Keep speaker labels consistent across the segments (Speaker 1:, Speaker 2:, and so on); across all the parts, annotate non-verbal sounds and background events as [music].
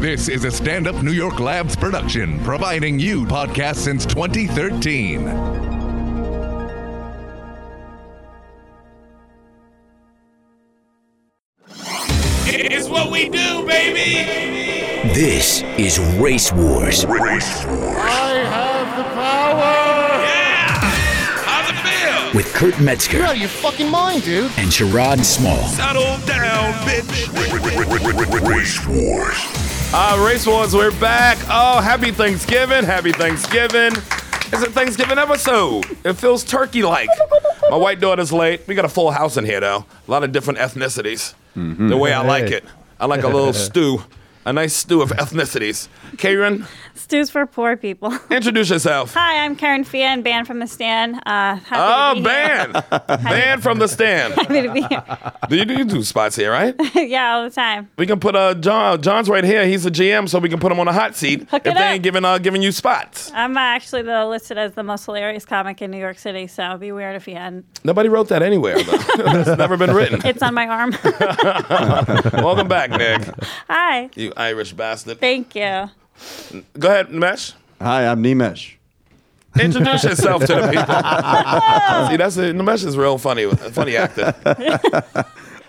Speaker 1: This is a stand up New York Labs production, providing you podcasts since 2013.
Speaker 2: It's what we do, baby.
Speaker 3: This is Race Wars
Speaker 2: Yeah. How's it feel?
Speaker 3: with Kurt Metzger
Speaker 4: out of your fucking mind, dude.
Speaker 3: and Sherrod Small.
Speaker 2: Settle down, bitch.
Speaker 5: Race Wars.
Speaker 6: Uh, Race Wars, we're back. Oh, happy Thanksgiving. Happy Thanksgiving. It's a Thanksgiving episode. It feels turkey like. My white daughter's late. We got a full house in here, though. A lot of different ethnicities. The way I like it. I like a little stew, a nice stew of ethnicities. Karen,
Speaker 7: Stews for poor people.
Speaker 6: introduce yourself.
Speaker 7: [laughs] Hi, I'm Karen Fian, banned from the stand. Uh, happy to
Speaker 6: Oh,
Speaker 7: be
Speaker 6: ban. Ban from the stand.
Speaker 7: Here. [laughs] Happy to be here. [laughs]
Speaker 6: Do you, you do spots here, right?
Speaker 7: yeah, all the time.
Speaker 6: We can put uh, John. John's right here. He's a GM, so we can put him on a hot seat
Speaker 7: Hook
Speaker 6: if
Speaker 7: it
Speaker 6: they
Speaker 7: up.
Speaker 6: ain't giving uh, giving you spots.
Speaker 7: I'm uh, actually the, listed as the most hilarious comic in New York City, so it'd be weird if you hadn't.
Speaker 6: Nobody wrote that anywhere. Though.
Speaker 7: [laughs]
Speaker 6: [laughs] it's never been written. [laughs]
Speaker 7: It's on my arm. [laughs]
Speaker 6: Welcome back, Nick.
Speaker 7: Hi.
Speaker 6: You Irish bastard.
Speaker 7: Thank you.
Speaker 6: Go ahead, Mesh.
Speaker 8: Hi, I'm Nimesh.
Speaker 7: [laughs]
Speaker 6: Introduce yourself to the people. See, that's it. Nimesh is real funny, funny actor.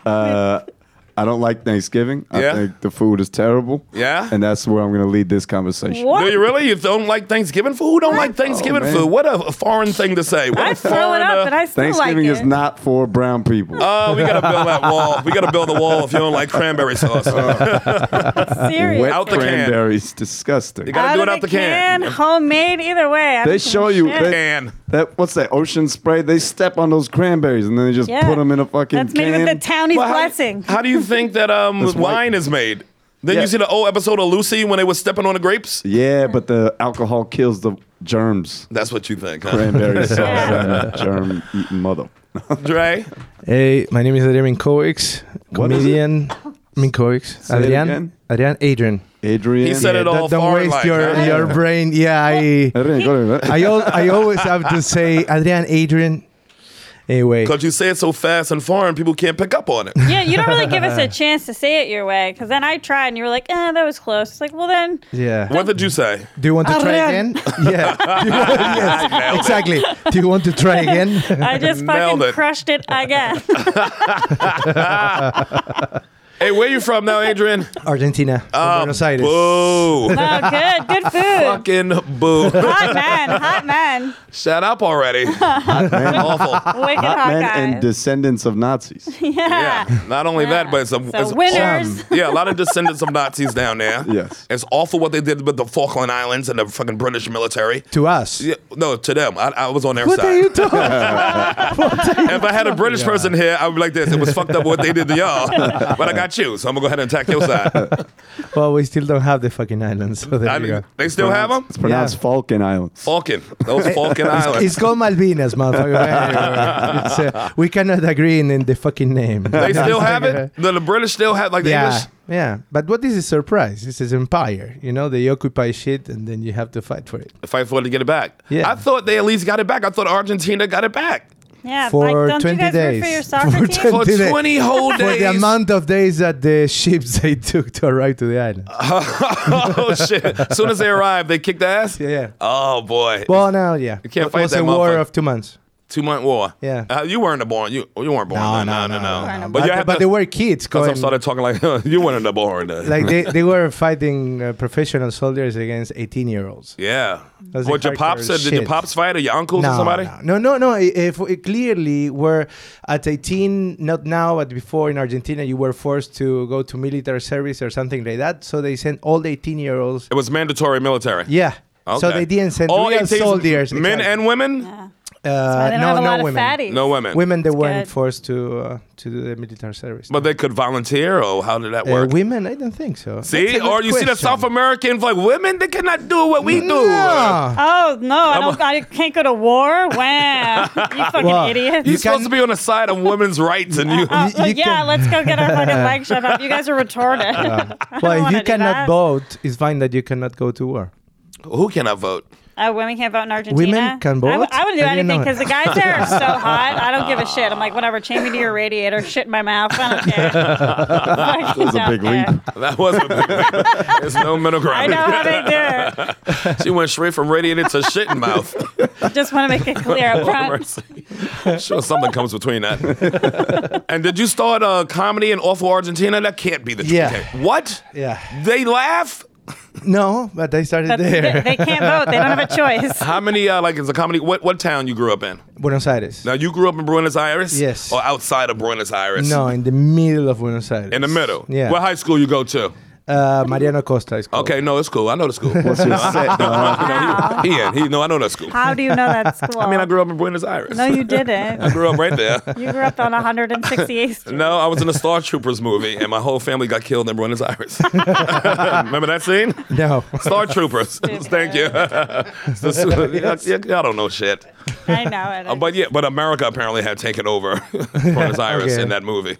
Speaker 8: I don't like Thanksgiving.
Speaker 6: Yeah?
Speaker 8: I think the food is terrible.
Speaker 6: Yeah?
Speaker 8: And that's where I'm going to lead this conversation.
Speaker 7: What? Oh,
Speaker 6: Do you really? You don't like Thanksgiving food? Who don't like Thanksgiving
Speaker 8: man.
Speaker 6: food? What a foreign thing to say. What a
Speaker 7: I throw it
Speaker 6: foreign,
Speaker 7: up,
Speaker 6: uh,
Speaker 7: and I still like
Speaker 8: Thanksgiving
Speaker 7: it.
Speaker 8: is not for brown people.
Speaker 6: Oh, we gotta build that wall. We gotta build a wall if you don't like cranberry sauce. [laughs]
Speaker 7: Uh. serious.
Speaker 8: Wet
Speaker 6: out the can.
Speaker 8: cranberries, disgusting.
Speaker 6: You gotta do it out the can.
Speaker 7: homemade, either way. I
Speaker 8: They
Speaker 7: don't
Speaker 8: show
Speaker 7: give a
Speaker 8: you-
Speaker 7: shit.
Speaker 8: they-
Speaker 6: Can.
Speaker 8: That what's that? Ocean spray. They step on those cranberries and then they just
Speaker 7: Yeah.
Speaker 8: put them in a fucking
Speaker 7: That's
Speaker 8: can.
Speaker 7: made with the townie's
Speaker 6: Well, how-
Speaker 7: blessing.
Speaker 6: How, do you think that um
Speaker 8: That's white.
Speaker 6: wine is made? Then
Speaker 8: Yeah.
Speaker 6: you see the old episode of Lucy when they were stepping on the grapes.
Speaker 8: yeah, but the alcohol kills the germs.
Speaker 6: That's what you think, huh?
Speaker 8: Cranberry sauce and germ eating mother.
Speaker 6: Dre.
Speaker 9: Hey, my name is Adrian Coix,
Speaker 8: What is it?
Speaker 9: comedian. I mean Coix.
Speaker 8: it
Speaker 9: Adrian.
Speaker 8: again.
Speaker 9: Adrian. Adrian.
Speaker 8: Adrian.
Speaker 6: He said it all
Speaker 9: don't
Speaker 6: foreign
Speaker 9: waste
Speaker 6: like
Speaker 9: your
Speaker 6: that.
Speaker 9: your brain. Yeah, I
Speaker 8: Adrian, go to
Speaker 9: I, al- I always have to say Adrian. Adrian. Anyway,
Speaker 6: Because you say it so fast and foreign, people can't pick up on it.
Speaker 7: Yeah, you don't really give
Speaker 8: [laughs]
Speaker 7: us a chance to say it your way, because then I tried, and you were like, eh, that was close. It's like, well, then.
Speaker 9: yeah.
Speaker 6: What did
Speaker 2: [laughs]
Speaker 6: you say?
Speaker 9: Do you want to try
Speaker 7: Adrian.
Speaker 9: again?
Speaker 6: [laughs]
Speaker 9: Yeah. Do you want- yes, exactly. Do you want to try again?
Speaker 7: I
Speaker 6: [laughs]
Speaker 7: just
Speaker 6: Nailed
Speaker 7: fucking
Speaker 6: it.
Speaker 7: crushed it again. [laughs]
Speaker 6: Hey, where you from now, Adrian?
Speaker 9: [laughs] Argentina.
Speaker 6: Uh,
Speaker 9: from Buenos Aires.
Speaker 6: Boo.
Speaker 7: Oh, good, good food.
Speaker 6: Fucking boo.
Speaker 7: Hot man, hot man,
Speaker 6: Shut up [laughs] already. Awful.
Speaker 7: wicked hot,
Speaker 8: Men
Speaker 7: guy.
Speaker 8: and descendants of Nazis.
Speaker 7: yeah.
Speaker 6: Yeah. Not only that, but it's a, it's
Speaker 7: So winners.
Speaker 6: Yeah, a lot of descendants of Nazis down there.
Speaker 8: Yes.
Speaker 6: It's awful what they did with the Falkland Islands and the fucking British military.
Speaker 9: To us.
Speaker 6: Yeah, no, to them. I, I was on their
Speaker 9: What
Speaker 6: side.
Speaker 9: are you talking?
Speaker 6: if I had a British person here, I would be like this. It was fucked up what they did to
Speaker 9: [laughs]
Speaker 6: y'all, but I got you, so I'm gonna go ahead and attack your side.
Speaker 9: well, we still don't have the fucking island, so there
Speaker 6: I
Speaker 9: you
Speaker 6: mean,
Speaker 9: go.
Speaker 6: they still have them.
Speaker 7: [laughs]
Speaker 8: It's pronounced Falcon Islands.
Speaker 6: Falcon, those Falcon Islands.
Speaker 9: It's called
Speaker 6: [laughs]
Speaker 9: Malvinas, motherfucker. It's, uh, we cannot agree in, in the fucking name.
Speaker 6: they still have it. The, the British still have like the
Speaker 9: yeah,
Speaker 6: English.
Speaker 9: yeah. But what is a surprise? This is empire. You know, they occupy shit, and then you have to fight for it.
Speaker 6: Fight for it to get it back.
Speaker 9: Yeah.
Speaker 6: I thought they at least got it back. I thought Argentina got it back
Speaker 7: Yeah,
Speaker 9: For
Speaker 7: like, don't
Speaker 9: 20
Speaker 7: you guys root for
Speaker 9: days.
Speaker 7: your soccer
Speaker 9: [laughs] For
Speaker 7: team?
Speaker 9: 20
Speaker 6: for
Speaker 9: Did they-
Speaker 6: 20 whole
Speaker 9: For
Speaker 6: days.
Speaker 9: the amount of days that the ships [laughs] they took to arrive to the island.
Speaker 6: [laughs] Uh, oh shit! As soon as they arrived, they kicked ass.
Speaker 9: Yeah, yeah.
Speaker 6: Oh boy,
Speaker 9: Well, now, yeah.
Speaker 6: You can't
Speaker 9: it
Speaker 6: fight
Speaker 9: was
Speaker 6: that
Speaker 9: a war
Speaker 6: motherfucker.
Speaker 9: of two months.
Speaker 6: two month war.
Speaker 9: Yeah.
Speaker 6: Uh, you weren't born. You you weren't born. then. But,
Speaker 9: But,
Speaker 6: you have
Speaker 9: but
Speaker 6: to.
Speaker 9: they were kids
Speaker 6: Because I
Speaker 9: going.
Speaker 6: started talking like [laughs] you weren't born. then.
Speaker 9: Like
Speaker 6: [laughs]
Speaker 9: they, they were fighting uh, professional soldiers against 18 year olds.
Speaker 6: Yeah.
Speaker 9: Those
Speaker 6: What
Speaker 9: are
Speaker 6: your pops
Speaker 9: hardcore
Speaker 6: said? Did your
Speaker 9: shit.
Speaker 6: pops fight or your uncles or
Speaker 9: no,
Speaker 6: somebody?
Speaker 9: No, no, no. no. I- If we- clearly we're at 18, not now, but before in Argentina, you were forced to go to military service or something like that. So they sent all 18 year olds.
Speaker 6: It was mandatory military.
Speaker 9: Yeah. So
Speaker 6: Okay.
Speaker 9: they didn't send
Speaker 6: All
Speaker 9: real
Speaker 6: 18
Speaker 9: soldiers.
Speaker 6: Men
Speaker 9: exactly.
Speaker 6: and women?
Speaker 7: Why
Speaker 9: uh,
Speaker 7: they don't
Speaker 9: no,
Speaker 7: have a
Speaker 9: no
Speaker 7: lot
Speaker 9: women.
Speaker 7: of fatties.
Speaker 6: No women.
Speaker 9: Women they weren't
Speaker 7: good.
Speaker 9: forced to uh, to do the military service.
Speaker 6: But they could volunteer or how did that
Speaker 9: uh,
Speaker 6: work?
Speaker 9: women, I don't think so. That's
Speaker 6: see?
Speaker 9: a good
Speaker 6: Or you see the
Speaker 9: question.
Speaker 6: South Americans like women, they cannot do what we do.
Speaker 9: No.
Speaker 7: Oh no, I don't. I can't go to war.
Speaker 6: [laughs]
Speaker 7: Wow, you fucking
Speaker 9: Well,
Speaker 7: idiots.
Speaker 6: You're
Speaker 9: You
Speaker 6: supposed
Speaker 9: can-
Speaker 6: to be on the side of women's rights and
Speaker 7: [laughs]
Speaker 6: you
Speaker 7: Oh,
Speaker 9: you
Speaker 7: well, yeah,
Speaker 9: can-
Speaker 7: let's go get our fucking leg shut up. You guys
Speaker 9: [laughs]
Speaker 7: are retarded. [laughs] I don't
Speaker 9: Well, if
Speaker 7: wanna
Speaker 9: you
Speaker 7: do
Speaker 9: cannot
Speaker 7: that.
Speaker 9: vote, it's fine that you cannot go to war.
Speaker 6: who cannot vote?
Speaker 7: Uh, women can't vote in Argentina.
Speaker 9: can
Speaker 7: I, w-
Speaker 9: vote?
Speaker 7: I would do
Speaker 9: I didn't know
Speaker 7: anything
Speaker 9: that.
Speaker 7: because the guys there
Speaker 9: [laughs]
Speaker 7: are so hot. I don't give a shit. I'm like, whatever. Chain me to your radiator. Shit in my mouth. I don't care.
Speaker 6: [laughs]
Speaker 7: that
Speaker 8: was a big leap.
Speaker 6: That was a big leap. [laughs] There's no middle
Speaker 7: I
Speaker 6: ground.
Speaker 7: know how they do
Speaker 6: She went straight from radiator to shit in mouth.
Speaker 7: it. Just want to make it clear up
Speaker 6: Lord
Speaker 7: front.
Speaker 6: mercy. Sure, something comes between that.
Speaker 9: [laughs]
Speaker 6: and did you start a comedy in awful Argentina? That can't be the truth.
Speaker 9: Yeah.
Speaker 6: Okay. What?
Speaker 9: Yeah.
Speaker 6: They laugh.
Speaker 9: No, but I started
Speaker 7: But [laughs]
Speaker 9: there.
Speaker 7: they, they can't vote. They don't have a choice.
Speaker 6: How many uh, like is a comedy? What what town you grew up in?
Speaker 9: Buenos Aires.
Speaker 6: Now you grew up in Buenos Aires.
Speaker 9: Yes.
Speaker 6: Or outside of Buenos Aires. [laughs]
Speaker 9: No, in the middle of Buenos Aires.
Speaker 6: In the middle.
Speaker 9: Yeah.
Speaker 6: What high school you go to?
Speaker 9: uh, Mariano Costa is called.
Speaker 6: Okay, no, it's cool. I know the school.
Speaker 8: What's your set,
Speaker 6: [laughs]
Speaker 8: dog?
Speaker 7: Wow.
Speaker 6: he, in. he no, I know that school.
Speaker 7: How do you know that school?
Speaker 6: I mean, I grew up in Buenos Aires.
Speaker 7: No, you didn't.
Speaker 6: I grew up right there.
Speaker 7: You grew up on
Speaker 6: [laughs]
Speaker 7: 168th Street.
Speaker 6: No, I was in a Star Troopers movie, and my whole family got killed in Buenos Aires. [laughs] Remember that scene?
Speaker 9: [laughs] No. [laughs]
Speaker 6: Star Troopers. [laughs] Thank you. It's [laughs] the su- y- y- I don't know shit.
Speaker 7: I know it.
Speaker 6: Uh, But yeah, but America apparently had taken over [laughs] Buenos Aires
Speaker 9: Okay.
Speaker 6: in that movie.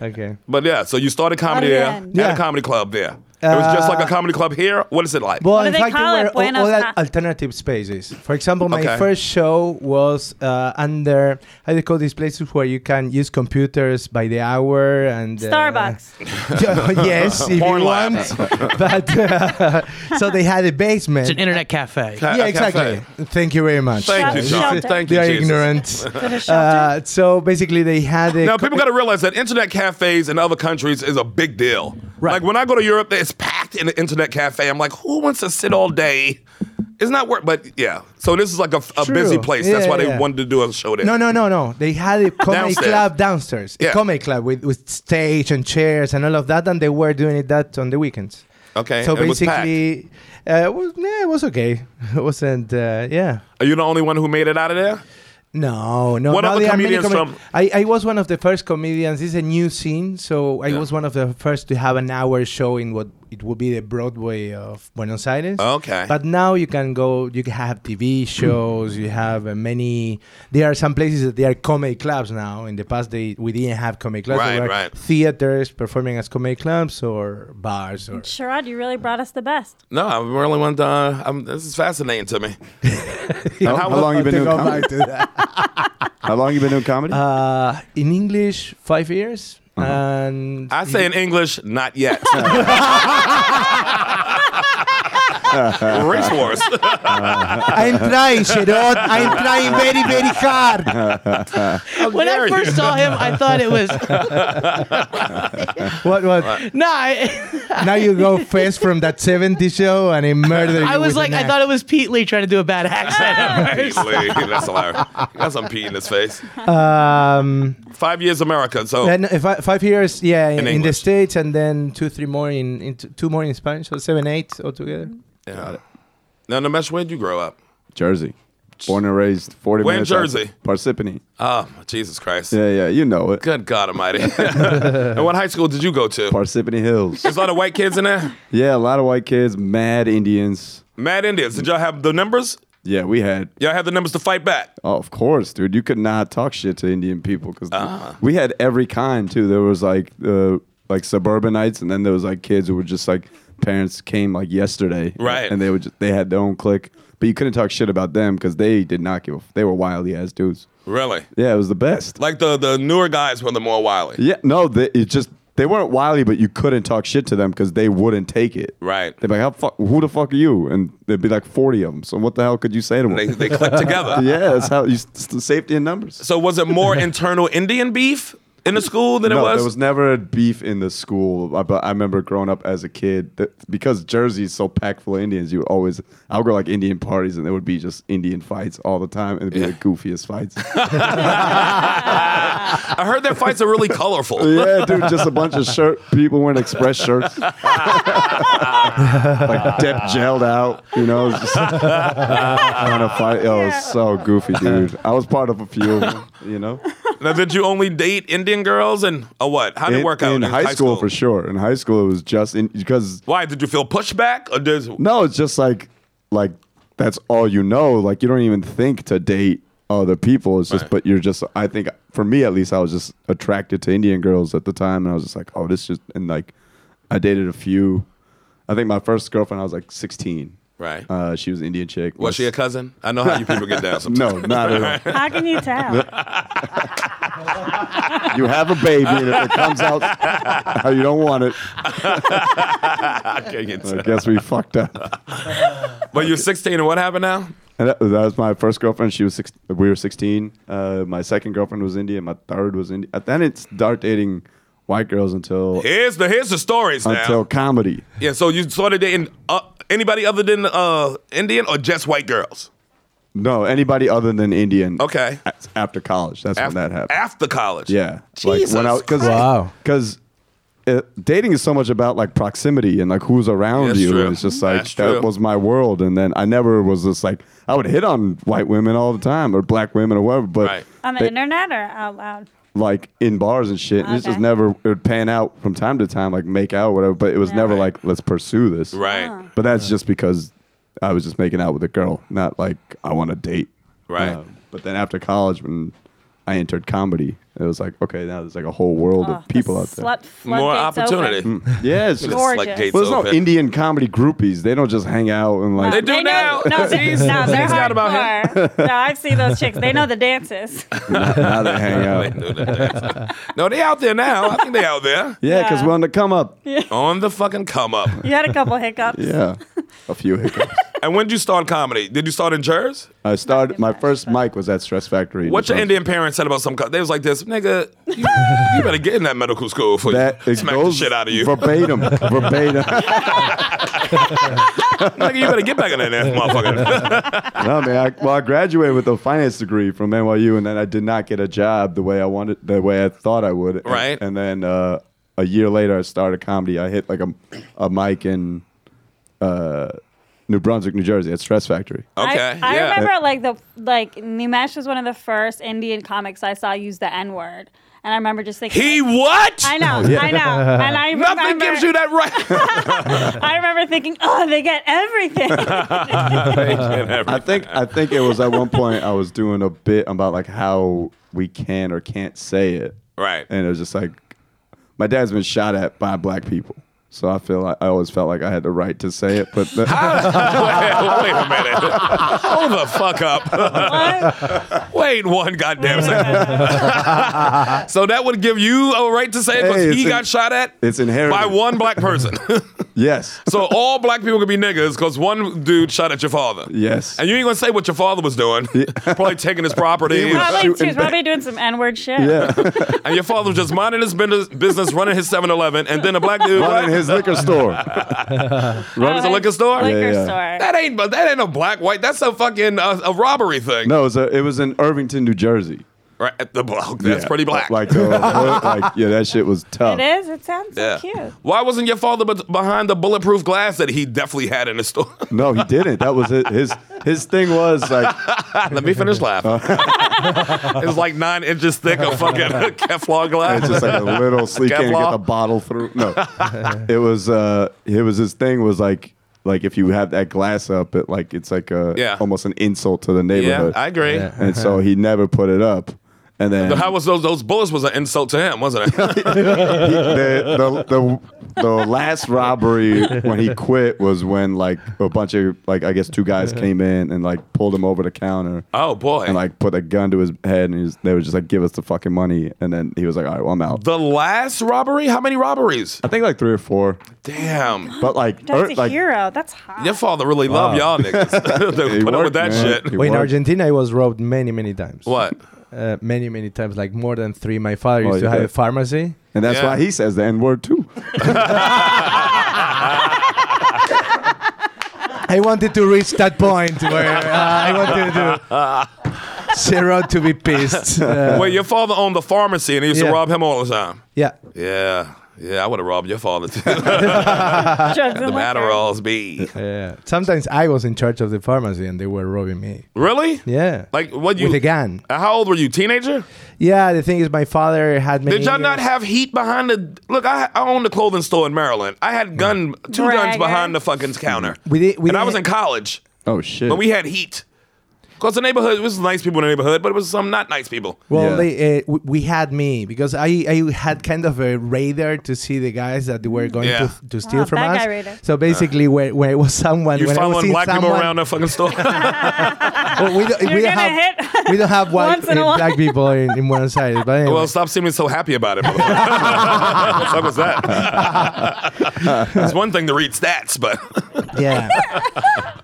Speaker 9: okay.
Speaker 6: But yeah, so you started comedy there
Speaker 7: Again.
Speaker 6: at
Speaker 9: Yeah. Uh,
Speaker 6: a comedy club there. it was just like a comedy club here. What is it like?
Speaker 9: Well,
Speaker 7: What do
Speaker 9: in
Speaker 7: they
Speaker 9: fact,
Speaker 7: call
Speaker 9: there
Speaker 7: it?
Speaker 9: were all-
Speaker 7: Buenos
Speaker 9: all
Speaker 7: Ai-
Speaker 9: that alternative spaces. For example, my
Speaker 6: Okay.
Speaker 9: first show was uh, under how do you call these places where you can use computers by the hour and uh, [laughs]
Speaker 7: Starbucks.
Speaker 6: [laughs]
Speaker 9: yes, if
Speaker 6: Porn
Speaker 9: you
Speaker 6: lab.
Speaker 9: want. [laughs] but uh, [laughs] so they had a basement.
Speaker 4: It's an internet cafe.
Speaker 6: Ca-
Speaker 9: yeah,
Speaker 6: a
Speaker 9: exactly.
Speaker 6: cafe.
Speaker 9: Thank you very much.
Speaker 6: Thank you,
Speaker 7: Shut-
Speaker 6: John.
Speaker 7: shut-
Speaker 6: Thank
Speaker 9: They
Speaker 6: you,
Speaker 9: are
Speaker 6: Jesus.
Speaker 9: ignorant.
Speaker 7: To the shelter.
Speaker 9: Uh, so basically, they had a
Speaker 6: Now,
Speaker 9: co-
Speaker 6: people got to realize that internet cafes in other countries is a big deal. Like when I go to Europe, it's packed in the internet cafe. I'm like, who wants to sit all day? It's not work, but yeah. So this is like a, a
Speaker 9: True.
Speaker 6: busy place. That's
Speaker 9: Yeah,
Speaker 6: why they
Speaker 9: yeah.
Speaker 6: wanted to do a show there.
Speaker 9: [laughs] No, no, no, no. They had a comedy
Speaker 6: Downstairs.
Speaker 9: club downstairs.
Speaker 6: Yeah.
Speaker 9: A comedy club with, with stage and chairs and all of that, and they were doing it that on the weekends.
Speaker 6: Okay,
Speaker 9: So
Speaker 6: and it was
Speaker 9: basically, uh, it was, yeah, it was okay. [laughs] It wasn't, uh, yeah.
Speaker 6: Are you the only one who made it out of there?
Speaker 9: No, no.
Speaker 6: What
Speaker 9: now
Speaker 6: other
Speaker 9: there are many
Speaker 6: comedians
Speaker 9: comedi-
Speaker 6: from-
Speaker 9: I, I was one of the first comedians. This is a new scene, so I was one of the first to have an hour show in what it would be the Broadway of Buenos Aires.
Speaker 6: Okay.
Speaker 9: But now you can go. You can have TV shows. you have uh, many. There are some places that they are comedy clubs now. In the past, they we didn't have comedy clubs. There
Speaker 6: Right,
Speaker 9: were
Speaker 6: right.
Speaker 9: Theaters performing as comedy clubs or bars or.
Speaker 7: Sherrod, you really brought us the best.
Speaker 6: No, I'm the only one. Uh, I'm, this is fascinating to me.
Speaker 8: How, how long you been doing
Speaker 9: To go back
Speaker 8: comedy?
Speaker 9: to that. [laughs]
Speaker 8: How long you been doing comedy?
Speaker 9: Uh, in English, five years.
Speaker 6: Uh-huh.
Speaker 9: And
Speaker 6: I say in English, not yet. [laughs] Race wars.
Speaker 9: I'm trying, Sherrod. I'm trying very, very hard.
Speaker 4: [laughs] [laughs] When
Speaker 6: dare
Speaker 4: I first
Speaker 6: you.
Speaker 4: saw him, I thought it was
Speaker 9: [laughs] What? What?
Speaker 4: no. I,
Speaker 9: [laughs] Now you go first from that 70 show and it murdered you.
Speaker 4: I was
Speaker 9: with
Speaker 4: like,
Speaker 9: an
Speaker 4: I
Speaker 9: axe.
Speaker 4: thought it was Pete Lee trying to do a bad accent. at
Speaker 6: Pete [laughs]
Speaker 4: first.
Speaker 6: Lee, That's hilarious. He Got some pee in his face.
Speaker 9: [laughs] Um,
Speaker 6: Five years America. So
Speaker 9: then if I, five years, yeah, in, in the
Speaker 6: English.
Speaker 9: States, and then two, three more in, in t- two more in Spanish, so seven, eight altogether.
Speaker 6: Yeah. Now, Namesh, where'd you grow up?
Speaker 8: Jersey. Born and raised 40
Speaker 6: Where in
Speaker 8: minutes outside-
Speaker 6: Jersey?
Speaker 8: Parsippany.
Speaker 6: Oh, Jesus Christ.
Speaker 8: Yeah, yeah, you know it.
Speaker 6: Good God
Speaker 8: [laughs]
Speaker 6: Almighty. [laughs] and what high school did you go to? There's
Speaker 8: Parsippany Hills.
Speaker 6: a lot of white kids in there.
Speaker 8: Yeah, a lot of white kids, mad Indians.
Speaker 6: Mad Indians. Did y'all have the numbers?
Speaker 8: Yeah, we had.
Speaker 6: Y'all have the numbers to fight back.
Speaker 8: Oh, of course, dude. You could not talk shit to Indian people because we had every kind too. There was like uh, like suburbanites, and then there was like kids who were just like parents came like yesterday,
Speaker 6: Right.
Speaker 8: And they would just, they had their own clique, but you couldn't talk shit about them because they did not give. a f- They were wily ass dudes.
Speaker 6: Really?
Speaker 8: Yeah, it was the best.
Speaker 6: Like the, the newer guys were the more wily.
Speaker 8: Yeah, no, they, it just they weren't wily, but you couldn't talk shit to them because they wouldn't take it.
Speaker 6: Right.
Speaker 8: They'd be like, "How fuck? Who the fuck are you?" And there'd be like forty of them. So what the hell could you say to them?
Speaker 6: They, they
Speaker 8: [laughs]
Speaker 6: clicked together.
Speaker 8: yeah, that's how you it's the safety in numbers.
Speaker 6: So was it
Speaker 8: [laughs]
Speaker 6: more internal Indian beef in the school than
Speaker 8: no,
Speaker 6: it was? [laughs]
Speaker 8: there was never a beef in the school. I, but I remember growing up as a kid that, because Jersey's so packed full of Indians, you would always I would go to, like Indian parties and there would be just Indian fights all the time, and it'd be the goofiest fights.
Speaker 6: [laughs]
Speaker 8: [laughs]
Speaker 6: I heard their fights are really colorful.
Speaker 8: yeah, dude, just a bunch of shirt people wearing express shirts, [laughs] like dep gelled out. You know, [laughs] it's just trying to fight. Oh, it's so goofy, dude. I was part of a few. of them, You know.
Speaker 6: Now, did you only date Indian girls and or what? How did
Speaker 8: in,
Speaker 6: it work out
Speaker 8: in high, school, for sure. In high school, it was just in, because
Speaker 6: Why did you feel pushback or did?
Speaker 8: no, it's just like like that's all you know. Like you don't even think to date other people. It's just,
Speaker 6: Right.
Speaker 8: but you're just. I think for me at least, I was just attracted to Indian girls at the time, and I was just like, oh, this just and like I dated a few. I think my first girlfriend, I was like 16.
Speaker 6: Right.
Speaker 8: Uh, she was an Indian chick.
Speaker 6: was she a cousin? I know how you people get down sometimes.
Speaker 8: No, not
Speaker 6: [laughs]
Speaker 8: at
Speaker 7: How can you tell?
Speaker 8: all. You have a baby, and if it comes
Speaker 6: [laughs]
Speaker 8: out how you don't want it,
Speaker 6: I can't get
Speaker 8: I
Speaker 6: to-
Speaker 8: guess we fucked up.
Speaker 6: But you're 16 and what happened now?
Speaker 8: And that, that was my first girlfriend. She was six, we were sixteen. Uh, my second girlfriend was Indian. My third was Indian. Then it start dating white girls until
Speaker 6: Here's the here's the stories now.
Speaker 8: until comedy.
Speaker 6: yeah, so you started dating uh, anybody other than uh, Indian or just white girls?
Speaker 8: No, anybody other than Indian.
Speaker 6: Okay.
Speaker 8: A- After college, that's
Speaker 6: After,
Speaker 8: when that happened.
Speaker 6: after college.
Speaker 8: Yeah.
Speaker 6: Jesus
Speaker 8: cause,
Speaker 6: Christ.
Speaker 9: Wow.
Speaker 8: Because uh, dating is so much about like proximity and like who's around
Speaker 6: That's
Speaker 8: you.
Speaker 6: true.
Speaker 8: It's just like
Speaker 6: That's
Speaker 8: that
Speaker 6: true.
Speaker 8: was my world. And then I never was just like, I would hit on white women all the time or black women or whatever, but
Speaker 6: Right.
Speaker 7: On the
Speaker 8: they-
Speaker 7: internet or out loud?
Speaker 8: like in bars and shit. And it's just
Speaker 7: Okay.
Speaker 8: never, it would pan out from time to time, like make out, whatever. But it was never like, let's pursue this.
Speaker 6: Right.
Speaker 8: But that's just because I was just making out with a girl, not like I want to date. Um,
Speaker 6: Right.
Speaker 8: but then after college, when I entered comedy, it was like, okay, now there's like a whole world
Speaker 7: Oh,
Speaker 8: of people
Speaker 7: the
Speaker 8: out there.
Speaker 7: Slut
Speaker 6: More
Speaker 7: floodgates open.
Speaker 6: opportunity.
Speaker 8: [laughs] Yeah, it's
Speaker 6: The
Speaker 8: just,
Speaker 7: Lord.
Speaker 8: Hmm. well,
Speaker 6: floodgates
Speaker 8: there's no
Speaker 6: open.
Speaker 8: Indian comedy groupies. They don't just hang out and like.
Speaker 6: They [laughs] do now.
Speaker 7: know- No, they,
Speaker 6: Jesus.
Speaker 7: no, they're
Speaker 6: It's not about him.
Speaker 7: hardcore. no, I see those chicks.
Speaker 6: [laughs]
Speaker 7: They know the dances.
Speaker 8: now they hang
Speaker 6: They
Speaker 8: out.
Speaker 6: do that. no, they out there now. I think they out there
Speaker 8: [laughs] Yeah, because
Speaker 7: Yeah.
Speaker 8: we're on the come up. Yeah,
Speaker 6: on the fucking come up.
Speaker 7: You had a couple hiccups.
Speaker 8: a few hiccups.
Speaker 6: And when did you start comedy? Did you start in Jersey?
Speaker 8: I started. My first mic was at Stress Factory. in
Speaker 6: What your
Speaker 8: Wisconsin.
Speaker 6: Indian parents said about some? Co- they was like this, nigga. You, you better get in that medical school for
Speaker 8: That
Speaker 6: you
Speaker 8: it
Speaker 6: smack the
Speaker 8: goes
Speaker 6: shit out of you. [laughs]
Speaker 8: verbatim, verbatim.
Speaker 6: nigga, you better get back in
Speaker 8: [laughs]
Speaker 6: that ass, motherfucker.
Speaker 8: no man. I, well, I graduated with a finance degree from NYU, and then I did not get a job the way I wanted, the way I thought I would. And-
Speaker 6: Right.
Speaker 8: And, then uh, a year later, I started comedy. I hit like a, a mic in uh, New Brunswick, New Jersey, at Stress Factory.
Speaker 6: okay,
Speaker 7: I, I
Speaker 6: yeah.
Speaker 7: remember like the like Nimesh was one of the first Indian comics I saw use the N word, and I remember just thinking.
Speaker 6: he
Speaker 7: like,
Speaker 6: what?
Speaker 7: I know,
Speaker 8: Oh,
Speaker 7: I know, and I remember.
Speaker 6: [laughs] Nothing gives you that
Speaker 8: [laughs]
Speaker 6: right.
Speaker 7: [laughs] I remember thinking, oh, they get
Speaker 6: [laughs]
Speaker 7: everything.
Speaker 8: I think I think it was at one point I was doing a bit about like how we can or can't say it.
Speaker 6: Right. [laughs]
Speaker 8: And it was just like my dad's been shot at by black people. So I feel like I always felt like I had the right to say it,
Speaker 6: [laughs]
Speaker 8: but the-
Speaker 6: wait, wait a minute. Hold the fuck up. [laughs]
Speaker 7: What?
Speaker 6: wait one goddamn second.
Speaker 7: Anyway,
Speaker 6: So that would give you a right to say because
Speaker 8: Hey, it's
Speaker 6: he
Speaker 8: in-
Speaker 6: got shot at
Speaker 8: it's inherited.
Speaker 6: by one black
Speaker 8: [laughs]
Speaker 6: person.
Speaker 8: Yes.
Speaker 6: so all black people can be niggas because one dude shot at your father.
Speaker 8: Yes.
Speaker 6: And you ain't gonna say what your father was doing. [laughs] Probably taking his property.
Speaker 8: He was
Speaker 7: probably, she
Speaker 8: shooting
Speaker 7: was probably doing some N word shit.
Speaker 8: yeah.
Speaker 6: and your father was just minding his business, business running his 7 Eleven, and then a black dude
Speaker 8: Running his liquor store.
Speaker 6: running his liquor store?
Speaker 7: Oh, Liquor
Speaker 8: Yeah, yeah.
Speaker 7: store.
Speaker 6: That ain't but that ain't a black white. That's a fucking uh, a robbery thing.
Speaker 8: No, it was, a, it was in Irvington, New Jersey.
Speaker 6: Right at the block. That's
Speaker 8: Yeah.
Speaker 6: pretty black.
Speaker 8: Like,
Speaker 6: [laughs]
Speaker 8: the- like, yeah, that shit was tough.
Speaker 7: It is. It sounds
Speaker 6: yeah.
Speaker 7: so cute.
Speaker 6: Why wasn't your father be- behind the bulletproof glass that he definitely had in the
Speaker 8: [laughs]
Speaker 6: store?
Speaker 8: No, he didn't. That was it. his his thing was like
Speaker 6: Let me finish laughing. [laughs] it's like nine inches thick of
Speaker 8: [laughs]
Speaker 6: fucking Kevlar glass.
Speaker 8: It's just like a little so you can't
Speaker 6: Kevlar?
Speaker 8: get the bottle through.
Speaker 6: [laughs]
Speaker 8: No, it was uh, it was his thing was like like if you have that glass up, it like it's like a
Speaker 6: Yeah.
Speaker 8: almost an insult to
Speaker 6: [laughs]
Speaker 8: the
Speaker 6: yeah,
Speaker 8: neighborhood.
Speaker 6: I agree.
Speaker 8: and so he never put it up. And then
Speaker 6: But how was those those bullets was an insult to him, wasn't
Speaker 9: [laughs]
Speaker 6: it?
Speaker 8: the, the, the, the last robbery when he quit was when like a bunch of like I guess two guys came in and like pulled him over the counter.
Speaker 6: oh boy.
Speaker 8: And like put a gun to his head, and he was, they were just like, "Give us the fucking money." And then he was like, "All right, well, I'm out."
Speaker 6: the last robbery? How many robberies?
Speaker 8: I think like three or four,
Speaker 6: Damn.
Speaker 8: but like,
Speaker 7: That's
Speaker 8: er-
Speaker 7: a
Speaker 8: like
Speaker 7: hero. That's hot.
Speaker 6: Your father really loved y'all
Speaker 9: [laughs]
Speaker 6: niggas. They
Speaker 8: He
Speaker 6: Put up with
Speaker 8: worked,
Speaker 6: that
Speaker 8: man.
Speaker 6: shit.
Speaker 8: He
Speaker 9: Well, in
Speaker 8: worked.
Speaker 9: Argentina, I was robbed many, many times.
Speaker 6: What?
Speaker 9: Uh, many, many times, like more than three. My father
Speaker 8: Oh,
Speaker 9: used to
Speaker 8: yeah.
Speaker 9: have a pharmacy.
Speaker 8: And that's
Speaker 6: Yeah.
Speaker 8: why he says the N word too.
Speaker 9: I wanted to reach that point where uh, I wanted to zero to be pissed. Uh,
Speaker 6: Wait, your father owned the pharmacy and he used to
Speaker 9: Yeah.
Speaker 6: rob him all the time.
Speaker 9: yeah,
Speaker 6: Yeah. Yeah, I would have robbed your father
Speaker 9: [laughs]
Speaker 6: too.
Speaker 7: Drugs and
Speaker 6: the
Speaker 7: liquor.
Speaker 6: Adderall's be.
Speaker 9: yeah. Uh, Sometimes I was in charge of the pharmacy and they were robbing me.
Speaker 6: Really?
Speaker 9: Yeah.
Speaker 6: Like what you
Speaker 9: With a gun.
Speaker 6: Uh, How old were you? Teenager?
Speaker 9: Yeah, the thing is, my father had many.
Speaker 6: Did y'all not
Speaker 9: years-
Speaker 6: have heat behind the? Look, I, I owned a clothing store in Maryland. I had gun two guns
Speaker 7: Bragger.
Speaker 6: behind the fucking counter,
Speaker 9: We did, we
Speaker 6: and I
Speaker 9: didn't-
Speaker 6: was in college,
Speaker 8: Oh shit!
Speaker 6: but we had heat. Cause the neighborhood it was nice people in the neighborhood, but it was some not nice people.
Speaker 9: Well,
Speaker 8: Yeah.
Speaker 9: they, uh, w- we had me because I, I had kind of a radar to see the guys that were going
Speaker 6: Yeah.
Speaker 9: to, to steal
Speaker 7: Ah,
Speaker 9: from
Speaker 7: bad
Speaker 9: us.
Speaker 7: guy radar.
Speaker 9: So basically, where, where it was someone,
Speaker 6: You
Speaker 9: when I was
Speaker 6: following
Speaker 9: seeing
Speaker 6: black people
Speaker 9: someone,
Speaker 6: around the fucking store? [laughs]
Speaker 9: well, we don't,
Speaker 7: You're
Speaker 9: we don't
Speaker 7: gonna
Speaker 9: have
Speaker 7: hit
Speaker 9: we don't have
Speaker 7: [laughs]
Speaker 9: white
Speaker 7: once in a
Speaker 9: uh,
Speaker 7: while.
Speaker 9: black people in, in Buenos Aires. But anyway.
Speaker 6: well, stop seeming so happy about it. motherfucker. [laughs] what the fuck was
Speaker 9: [laughs]
Speaker 6: that? it's one thing to read stats, but [laughs]
Speaker 9: yeah.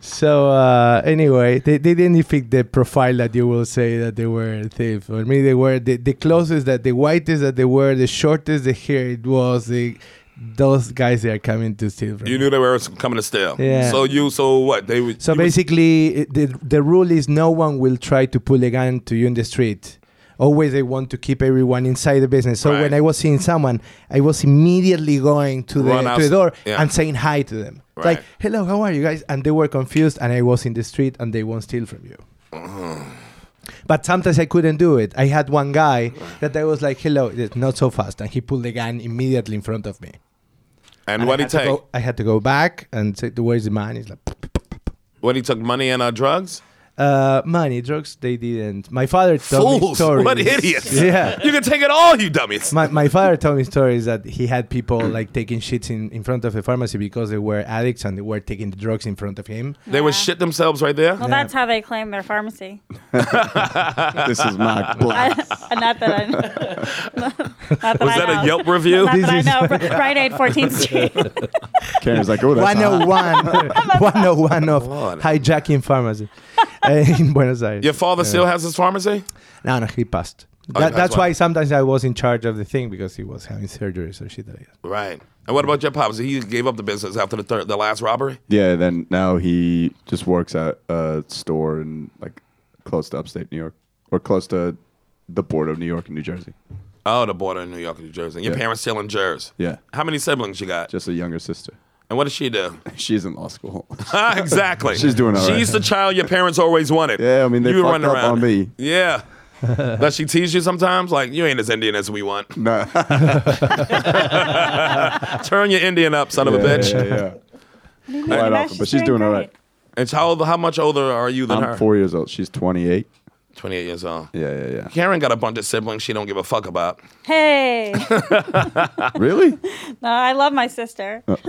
Speaker 9: so uh, anyway, they, they didn't fit the profile that you will say that they were thief. For me, they were the, the closest that the whitest that they were, the shortest the hair it was. The, those guys that are coming to steal from
Speaker 6: you
Speaker 9: me.
Speaker 6: knew they were coming to steal.
Speaker 9: Yeah.
Speaker 6: So you, so what? They would-
Speaker 9: So
Speaker 6: you would-
Speaker 9: basically, it- the the rule is no one will try to pull a gun to you in the street. Always, they want to keep everyone inside the business. So
Speaker 6: Right.
Speaker 9: when I was seeing someone, I was immediately going to the
Speaker 6: Run
Speaker 9: to the
Speaker 6: outs-
Speaker 9: door
Speaker 6: yeah.
Speaker 9: and saying hi to them, like
Speaker 6: Right.
Speaker 9: "Hello, how are you guys?" And they were confused, and I was in the street, and they won't steal from you.
Speaker 6: Mm-hmm.
Speaker 9: But sometimes I couldn't do it. I had one guy that I was like, "Hello, eh, not so fast," and he pulled the gun immediately in front of me.
Speaker 6: and what he
Speaker 9: I had to
Speaker 6: take?
Speaker 9: go- I had to go back and say, "Where's the man?" He's like.
Speaker 6: What he took money and uh, drugs?
Speaker 9: Uh, money, drugs, they didn't. My father told me
Speaker 6: Fools!
Speaker 9: stories.
Speaker 6: What idiots!
Speaker 9: [laughs] Yeah.
Speaker 6: you can take it all, you dummies.
Speaker 9: My, my father told me stories that he had people [clears throat] like taking shits in, in front of a pharmacy because they were addicts and they were taking the drugs in front of him.
Speaker 6: they would shit themselves right there.
Speaker 7: Well, that's how they claim their pharmacy.
Speaker 8: this
Speaker 6: [laughs]
Speaker 8: is my
Speaker 7: I, [laughs]
Speaker 8: black.
Speaker 7: not that I. Not that
Speaker 6: Was
Speaker 7: I
Speaker 6: that
Speaker 7: know.
Speaker 6: a Yelp review?
Speaker 7: Not that I know.
Speaker 6: [laughs]
Speaker 7: Fr- Friday, 14th Street.
Speaker 8: Karen's like, oh, that's
Speaker 9: [laughs]
Speaker 8: hot.
Speaker 9: 101, 101
Speaker 6: [laughs]
Speaker 9: of
Speaker 6: Lord.
Speaker 9: hijacking pharmacy [laughs] uh, in Buenos Aires.
Speaker 6: Your father still has his pharmacy?
Speaker 9: No, no, he passed.
Speaker 6: Oh,
Speaker 9: That,
Speaker 6: that's
Speaker 9: that's
Speaker 6: why.
Speaker 9: why sometimes I was in charge of the thing because he was having surgeries or shit like that.
Speaker 6: Right. And what about your pops? He gave up the business after the third, the last robbery.
Speaker 8: Yeah, then now he just works at a store in like close to upstate New York or close to the border of New York and New Jersey.
Speaker 6: Oh, the border in New York and New Jersey. Your
Speaker 8: Yeah.
Speaker 6: parents still in Jersey.
Speaker 8: Yeah.
Speaker 6: How many siblings you got?
Speaker 8: Just a younger sister. [laughs]
Speaker 6: And what does she do? [laughs]
Speaker 8: She's in law school. [laughs]
Speaker 6: Ah, exactly.
Speaker 8: She's doing all right.
Speaker 6: She's the child your parents always wanted.
Speaker 8: Yeah, I mean, they
Speaker 6: you were
Speaker 8: fucked
Speaker 6: running
Speaker 8: up
Speaker 6: around
Speaker 8: on me. [laughs]
Speaker 6: Yeah. does she tease you sometimes? Like you ain't as Indian as we want. [laughs]
Speaker 8: no.
Speaker 6: Turn your Indian up, son of a
Speaker 8: Yeah,
Speaker 6: bitch.
Speaker 8: yeah, yeah.
Speaker 7: Yeah,
Speaker 8: Quite often, but she's doing all right.
Speaker 6: And how old, how much older are you than
Speaker 8: I'm
Speaker 6: her?
Speaker 8: four years old. She's 28.
Speaker 6: Twenty eight years old.
Speaker 8: Yeah, yeah, yeah.
Speaker 6: Karen got a bunch of siblings she don't give a fuck about.
Speaker 7: Hey, no,
Speaker 8: [laughs] Really?
Speaker 7: I love my sister.
Speaker 6: Uh.
Speaker 8: [laughs]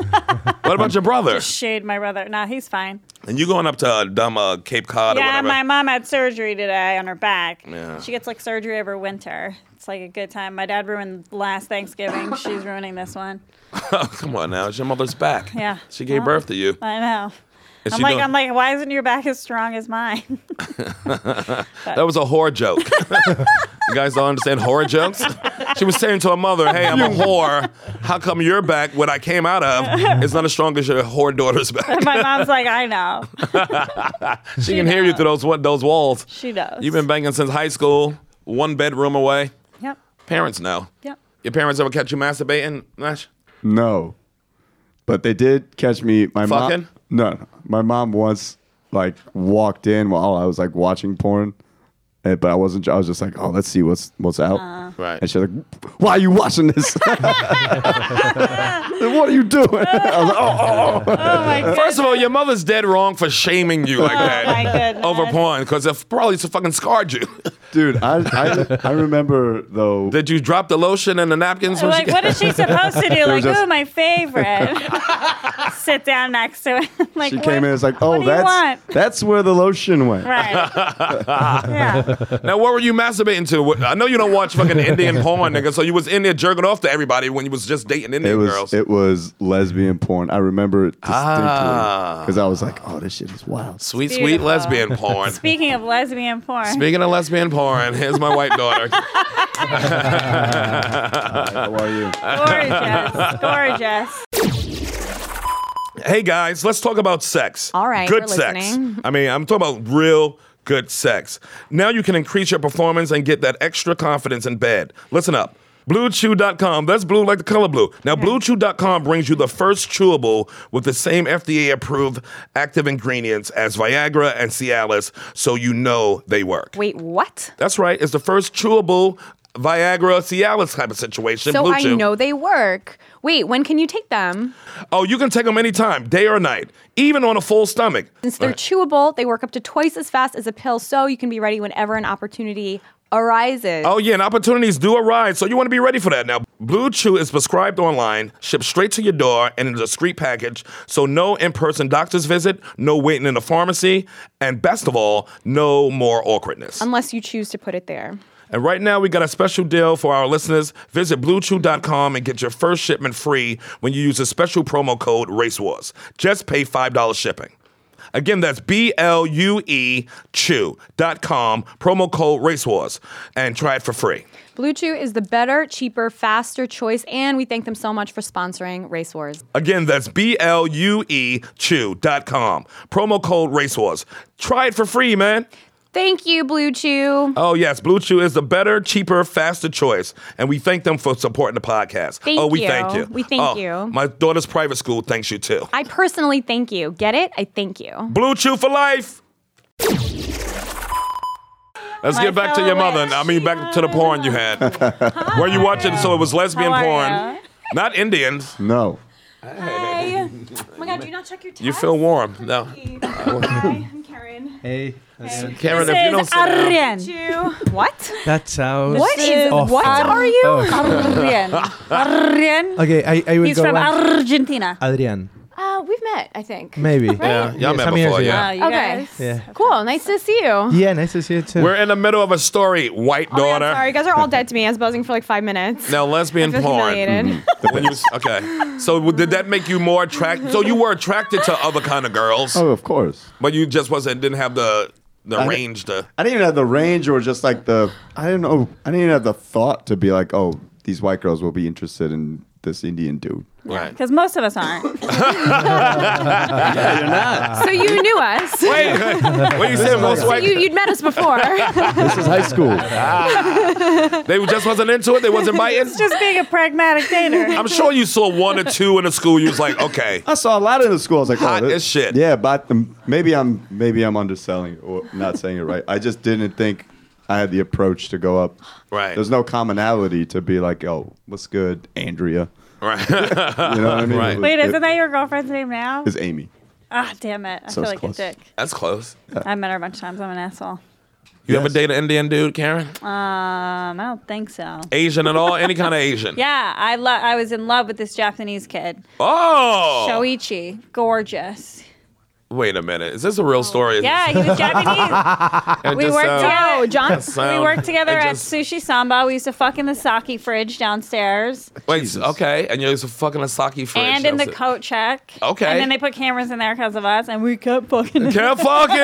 Speaker 6: What about your brother?
Speaker 7: Shade my brother. Nah, he's fine.
Speaker 6: And you going up to uh, dumb uh, Cape Cod or
Speaker 7: yeah,
Speaker 6: whatever?
Speaker 7: my mom had surgery today on her back.
Speaker 6: Yeah.
Speaker 7: She gets like surgery every winter. It's like a good time. My dad ruined last
Speaker 6: [laughs]
Speaker 7: Thanksgiving. She's ruining this one.
Speaker 6: Come on now, it's your mother's back.
Speaker 7: Yeah.
Speaker 6: She gave
Speaker 7: Well,
Speaker 6: birth to you.
Speaker 7: I know.
Speaker 6: And
Speaker 7: I'm
Speaker 6: she
Speaker 7: like,
Speaker 6: doing-
Speaker 7: I'm like, why isn't your back as strong as mine? [laughs]
Speaker 6: That was a whore joke. [laughs] you guys don't understand horror jokes? She was saying to her mother, Hey, I'm a whore. How come your back, what I came out of, is not as strong as your whore daughter's
Speaker 7: [laughs]
Speaker 6: back?
Speaker 7: my mom's like, I know.
Speaker 6: She can hear you through those, wa- those walls.
Speaker 7: She knows.
Speaker 6: [laughs] You've been banging since high school, one bedroom away.
Speaker 7: Yep.
Speaker 6: Parents know.
Speaker 7: Yep.
Speaker 6: Your parents ever catch you masturbating, Nash?
Speaker 8: No. But they did catch me. My
Speaker 6: Fucking?
Speaker 8: mom. No, no. My mom once like walked in while I was like watching porn, and, but I wasn't. I was just like, oh, let's see what's what's out.
Speaker 6: Right.
Speaker 8: And she's like, why are you watching this? [laughs] what are you doing? [laughs] I was like, oh, oh, oh.
Speaker 7: Oh my god.
Speaker 6: [laughs] Uh, First of all, your mother's dead wrong for shaming you like
Speaker 7: Oh my
Speaker 6: that
Speaker 7: goodness.
Speaker 6: over porn because it probably fucking scarred you. [laughs]
Speaker 8: dude. I, I I remember though.
Speaker 6: Did you drop the lotion and the napkins?
Speaker 7: I'm
Speaker 6: when she
Speaker 7: Like,
Speaker 6: got-
Speaker 7: what is
Speaker 8: [laughs]
Speaker 7: she supposed to do? Like,
Speaker 8: was just-
Speaker 7: ooh, my favorite.
Speaker 8: [laughs]
Speaker 7: Sit down next to it. [laughs] like,
Speaker 8: she came
Speaker 7: what-
Speaker 8: in and was like,
Speaker 7: what
Speaker 8: oh,
Speaker 7: do you
Speaker 8: that's
Speaker 7: want?
Speaker 8: that's where the lotion went. [laughs]
Speaker 7: Right. yeah.
Speaker 6: Now, what were you masturbating to? What- I know you don't watch fucking
Speaker 8: [laughs]
Speaker 6: Indian porn, nigga. So you was in there jerking off to everybody when you was just dating Indian
Speaker 8: It was
Speaker 6: girls.
Speaker 8: it was lesbian porn. I remember it distinctly
Speaker 6: Ah.
Speaker 8: because I was like, "Oh, this shit is
Speaker 6: [laughs]
Speaker 8: wild."
Speaker 6: sweet, sweet
Speaker 7: Beautiful.
Speaker 6: lesbian porn.
Speaker 7: Speaking of lesbian porn,
Speaker 6: Speaking of lesbian porn, here's my white daughter.
Speaker 7: [laughs]
Speaker 8: How are you?
Speaker 7: gorgeous,
Speaker 6: [laughs]
Speaker 7: gorgeous.
Speaker 6: hey guys, let's talk about sex.
Speaker 10: All right,
Speaker 6: good
Speaker 10: we're
Speaker 6: sex.
Speaker 10: listening.
Speaker 6: I mean, I'm talking about real good sex. Now you can increase your performance and get that extra confidence in bed. Listen up. BlueChew.com. That's blue like the color blue. Now, BlueChew.com brings you the first chewable with the same FDA approved active ingredients as Viagra and Cialis, so you know they work.
Speaker 10: Wait, what?
Speaker 6: That's right. It's the first chewable Viagra, Cialis type of situation.
Speaker 10: So
Speaker 6: Blue
Speaker 10: I
Speaker 6: Chew.
Speaker 10: know they work. Wait, when can you take them?
Speaker 6: Oh, you can take them anytime, day or night, even on a full stomach.
Speaker 10: Since they're chewable, they work up to twice as fast as a pill, so you can be ready whenever an opportunity arises.
Speaker 6: Oh, yeah, and opportunities do arise, so you want to be ready for that. Now, Blue Chew is prescribed online, shipped straight to your door, and in a discreet package, so no in person doctor's visit, no waiting in a pharmacy, and best of all, no more awkwardness.
Speaker 10: Unless you choose to put it there.
Speaker 6: and right now, we got a special deal for our listeners. Visit BlueChew.com and get your first shipment free when you use the special promo code RACEWARS. Just pay $5 shipping. Again, that's B L U E Chew.com, promo code RACEWARS, and try it for free.
Speaker 10: Blue Chew is the better, cheaper, faster choice, and we thank them so much for sponsoring Race Wars.
Speaker 6: Again, that's B L U E Chew.com. Promo code RaceWars. Try it for free, man.
Speaker 10: Thank you, Blue Chew.
Speaker 6: Oh, yes, Blue Chew is the better, cheaper, faster choice. And we thank them for supporting the podcast.
Speaker 10: Thank
Speaker 6: oh, we
Speaker 10: you.
Speaker 6: thank you.
Speaker 10: We thank
Speaker 6: Oh,
Speaker 10: you.
Speaker 6: My daughter's private school thanks you too.
Speaker 10: I personally thank you. Get it? I thank you.
Speaker 6: Blue Chew for life. Let's
Speaker 7: My
Speaker 6: get back to
Speaker 7: fellow
Speaker 6: your mother. I mean, back to the porn you had. Were you watching? So it was lesbian
Speaker 7: How are
Speaker 6: porn.
Speaker 7: ya?
Speaker 6: Not Indians.
Speaker 8: No.
Speaker 10: Hi. oh my God, do you not check your text?
Speaker 6: You feel warm. No. [laughs]
Speaker 10: Hi, I'm Karen.
Speaker 4: Hey, that's,
Speaker 6: Karen, if you don't
Speaker 7: This is
Speaker 6: sit down-
Speaker 7: Aryan.
Speaker 10: What?
Speaker 4: that sounds.
Speaker 10: What
Speaker 7: This
Speaker 10: is?
Speaker 7: is
Speaker 10: What
Speaker 7: awful.
Speaker 10: are you?
Speaker 6: Oh.
Speaker 10: [laughs]
Speaker 7: Aryan. Aryan.
Speaker 9: Okay, I, I will
Speaker 7: He's
Speaker 9: go
Speaker 7: from
Speaker 9: one-
Speaker 7: Argentina.
Speaker 9: Adrian.
Speaker 10: Uh, we've met, I think.
Speaker 9: Maybe.
Speaker 6: Yeah, y'all met
Speaker 9: some years
Speaker 6: before,
Speaker 9: ago.
Speaker 6: yeah.
Speaker 7: Wow, you
Speaker 10: Okay.
Speaker 7: guys.
Speaker 9: Yeah.
Speaker 10: Cool. Nice to see you.
Speaker 9: Yeah, nice to see you too.
Speaker 6: [laughs] We're in the middle of a story, white
Speaker 10: Oh my God,
Speaker 6: daughter.
Speaker 10: sorry, you guys are all dead to me. I was buzzing for like five minutes.
Speaker 6: Now lesbian
Speaker 10: I feel
Speaker 6: porn.
Speaker 10: humiliated.
Speaker 6: [laughs] When you- okay, so w- did that make you more attracted? So you were attracted to other kind of girls,
Speaker 8: Oh, of course.
Speaker 6: but you just wasn't didn't have the the
Speaker 8: I-
Speaker 6: range to.
Speaker 8: I didn't even have the range or just like the I don't know I didn't even have the thought to be like, oh, these white girls will be interested in this
Speaker 6: [laughs]
Speaker 8: Indian dude.
Speaker 6: Right.
Speaker 7: Because most of us aren't.
Speaker 10: So you knew
Speaker 6: [laughs]
Speaker 10: us.
Speaker 6: Wait,
Speaker 10: [laughs]
Speaker 6: what you saying? Most
Speaker 10: So
Speaker 6: white
Speaker 10: you, you'd met us
Speaker 6: [laughs]
Speaker 10: before. [laughs]
Speaker 8: This is high school.
Speaker 6: they just wasn't into it. They
Speaker 10: [laughs]
Speaker 6: wasn't biting.
Speaker 7: Just being a pragmatic
Speaker 6: [laughs]
Speaker 7: dater.
Speaker 6: I'm sure you saw one or two in the school. You was like,
Speaker 10: [laughs]
Speaker 6: okay,
Speaker 10: Oh.
Speaker 8: I saw a lot in the school. I was like,
Speaker 6: Hot
Speaker 8: oh, this-
Speaker 6: as shit.
Speaker 8: Yeah, but the, maybe I'm maybe I'm underselling it or not saying it right. I just didn't think I had the approach to go up.
Speaker 6: Right.
Speaker 8: There's no commonality to be like, oh, what's good, Andrea?
Speaker 6: right.
Speaker 8: [laughs] You know what I mean?
Speaker 6: Right.
Speaker 7: Wait,
Speaker 8: It-
Speaker 7: isn't that your girlfriend's name now?
Speaker 8: it's Amy.
Speaker 7: Ah, damn it. I
Speaker 8: So
Speaker 7: feel like
Speaker 8: close.
Speaker 7: a dick.
Speaker 6: That's close.
Speaker 7: I met her a bunch of times. I'm an asshole.
Speaker 6: You ever date an Indian dude, Karen?
Speaker 7: Um, I don't think so.
Speaker 6: Asian at all? Any kind of Asian?
Speaker 7: Yeah, I lo- I was in love with this Japanese kid,
Speaker 6: Oh.
Speaker 7: Shoichi. Gorgeous.
Speaker 6: Wait a minute. Is this a
Speaker 10: Oh.
Speaker 6: real story?
Speaker 7: Yeah, he
Speaker 6: [laughs]
Speaker 7: was Japanese.
Speaker 6: It
Speaker 7: we
Speaker 6: just uh,
Speaker 7: worked
Speaker 6: sounds-
Speaker 7: together.
Speaker 6: [laughs]
Speaker 10: Oh, John.
Speaker 6: sound-
Speaker 7: we worked together
Speaker 6: it
Speaker 7: at
Speaker 6: just-
Speaker 7: Sushi Samba. We used to fuck in the sake fridge downstairs
Speaker 6: Wait, okay, and you're fucking a sake fridge.
Speaker 7: and in the
Speaker 6: that's it.
Speaker 7: coat check.
Speaker 6: Okay.
Speaker 7: And then they put cameras in there because of us, and we kept [laughs] fucking.
Speaker 6: Can't fuck it.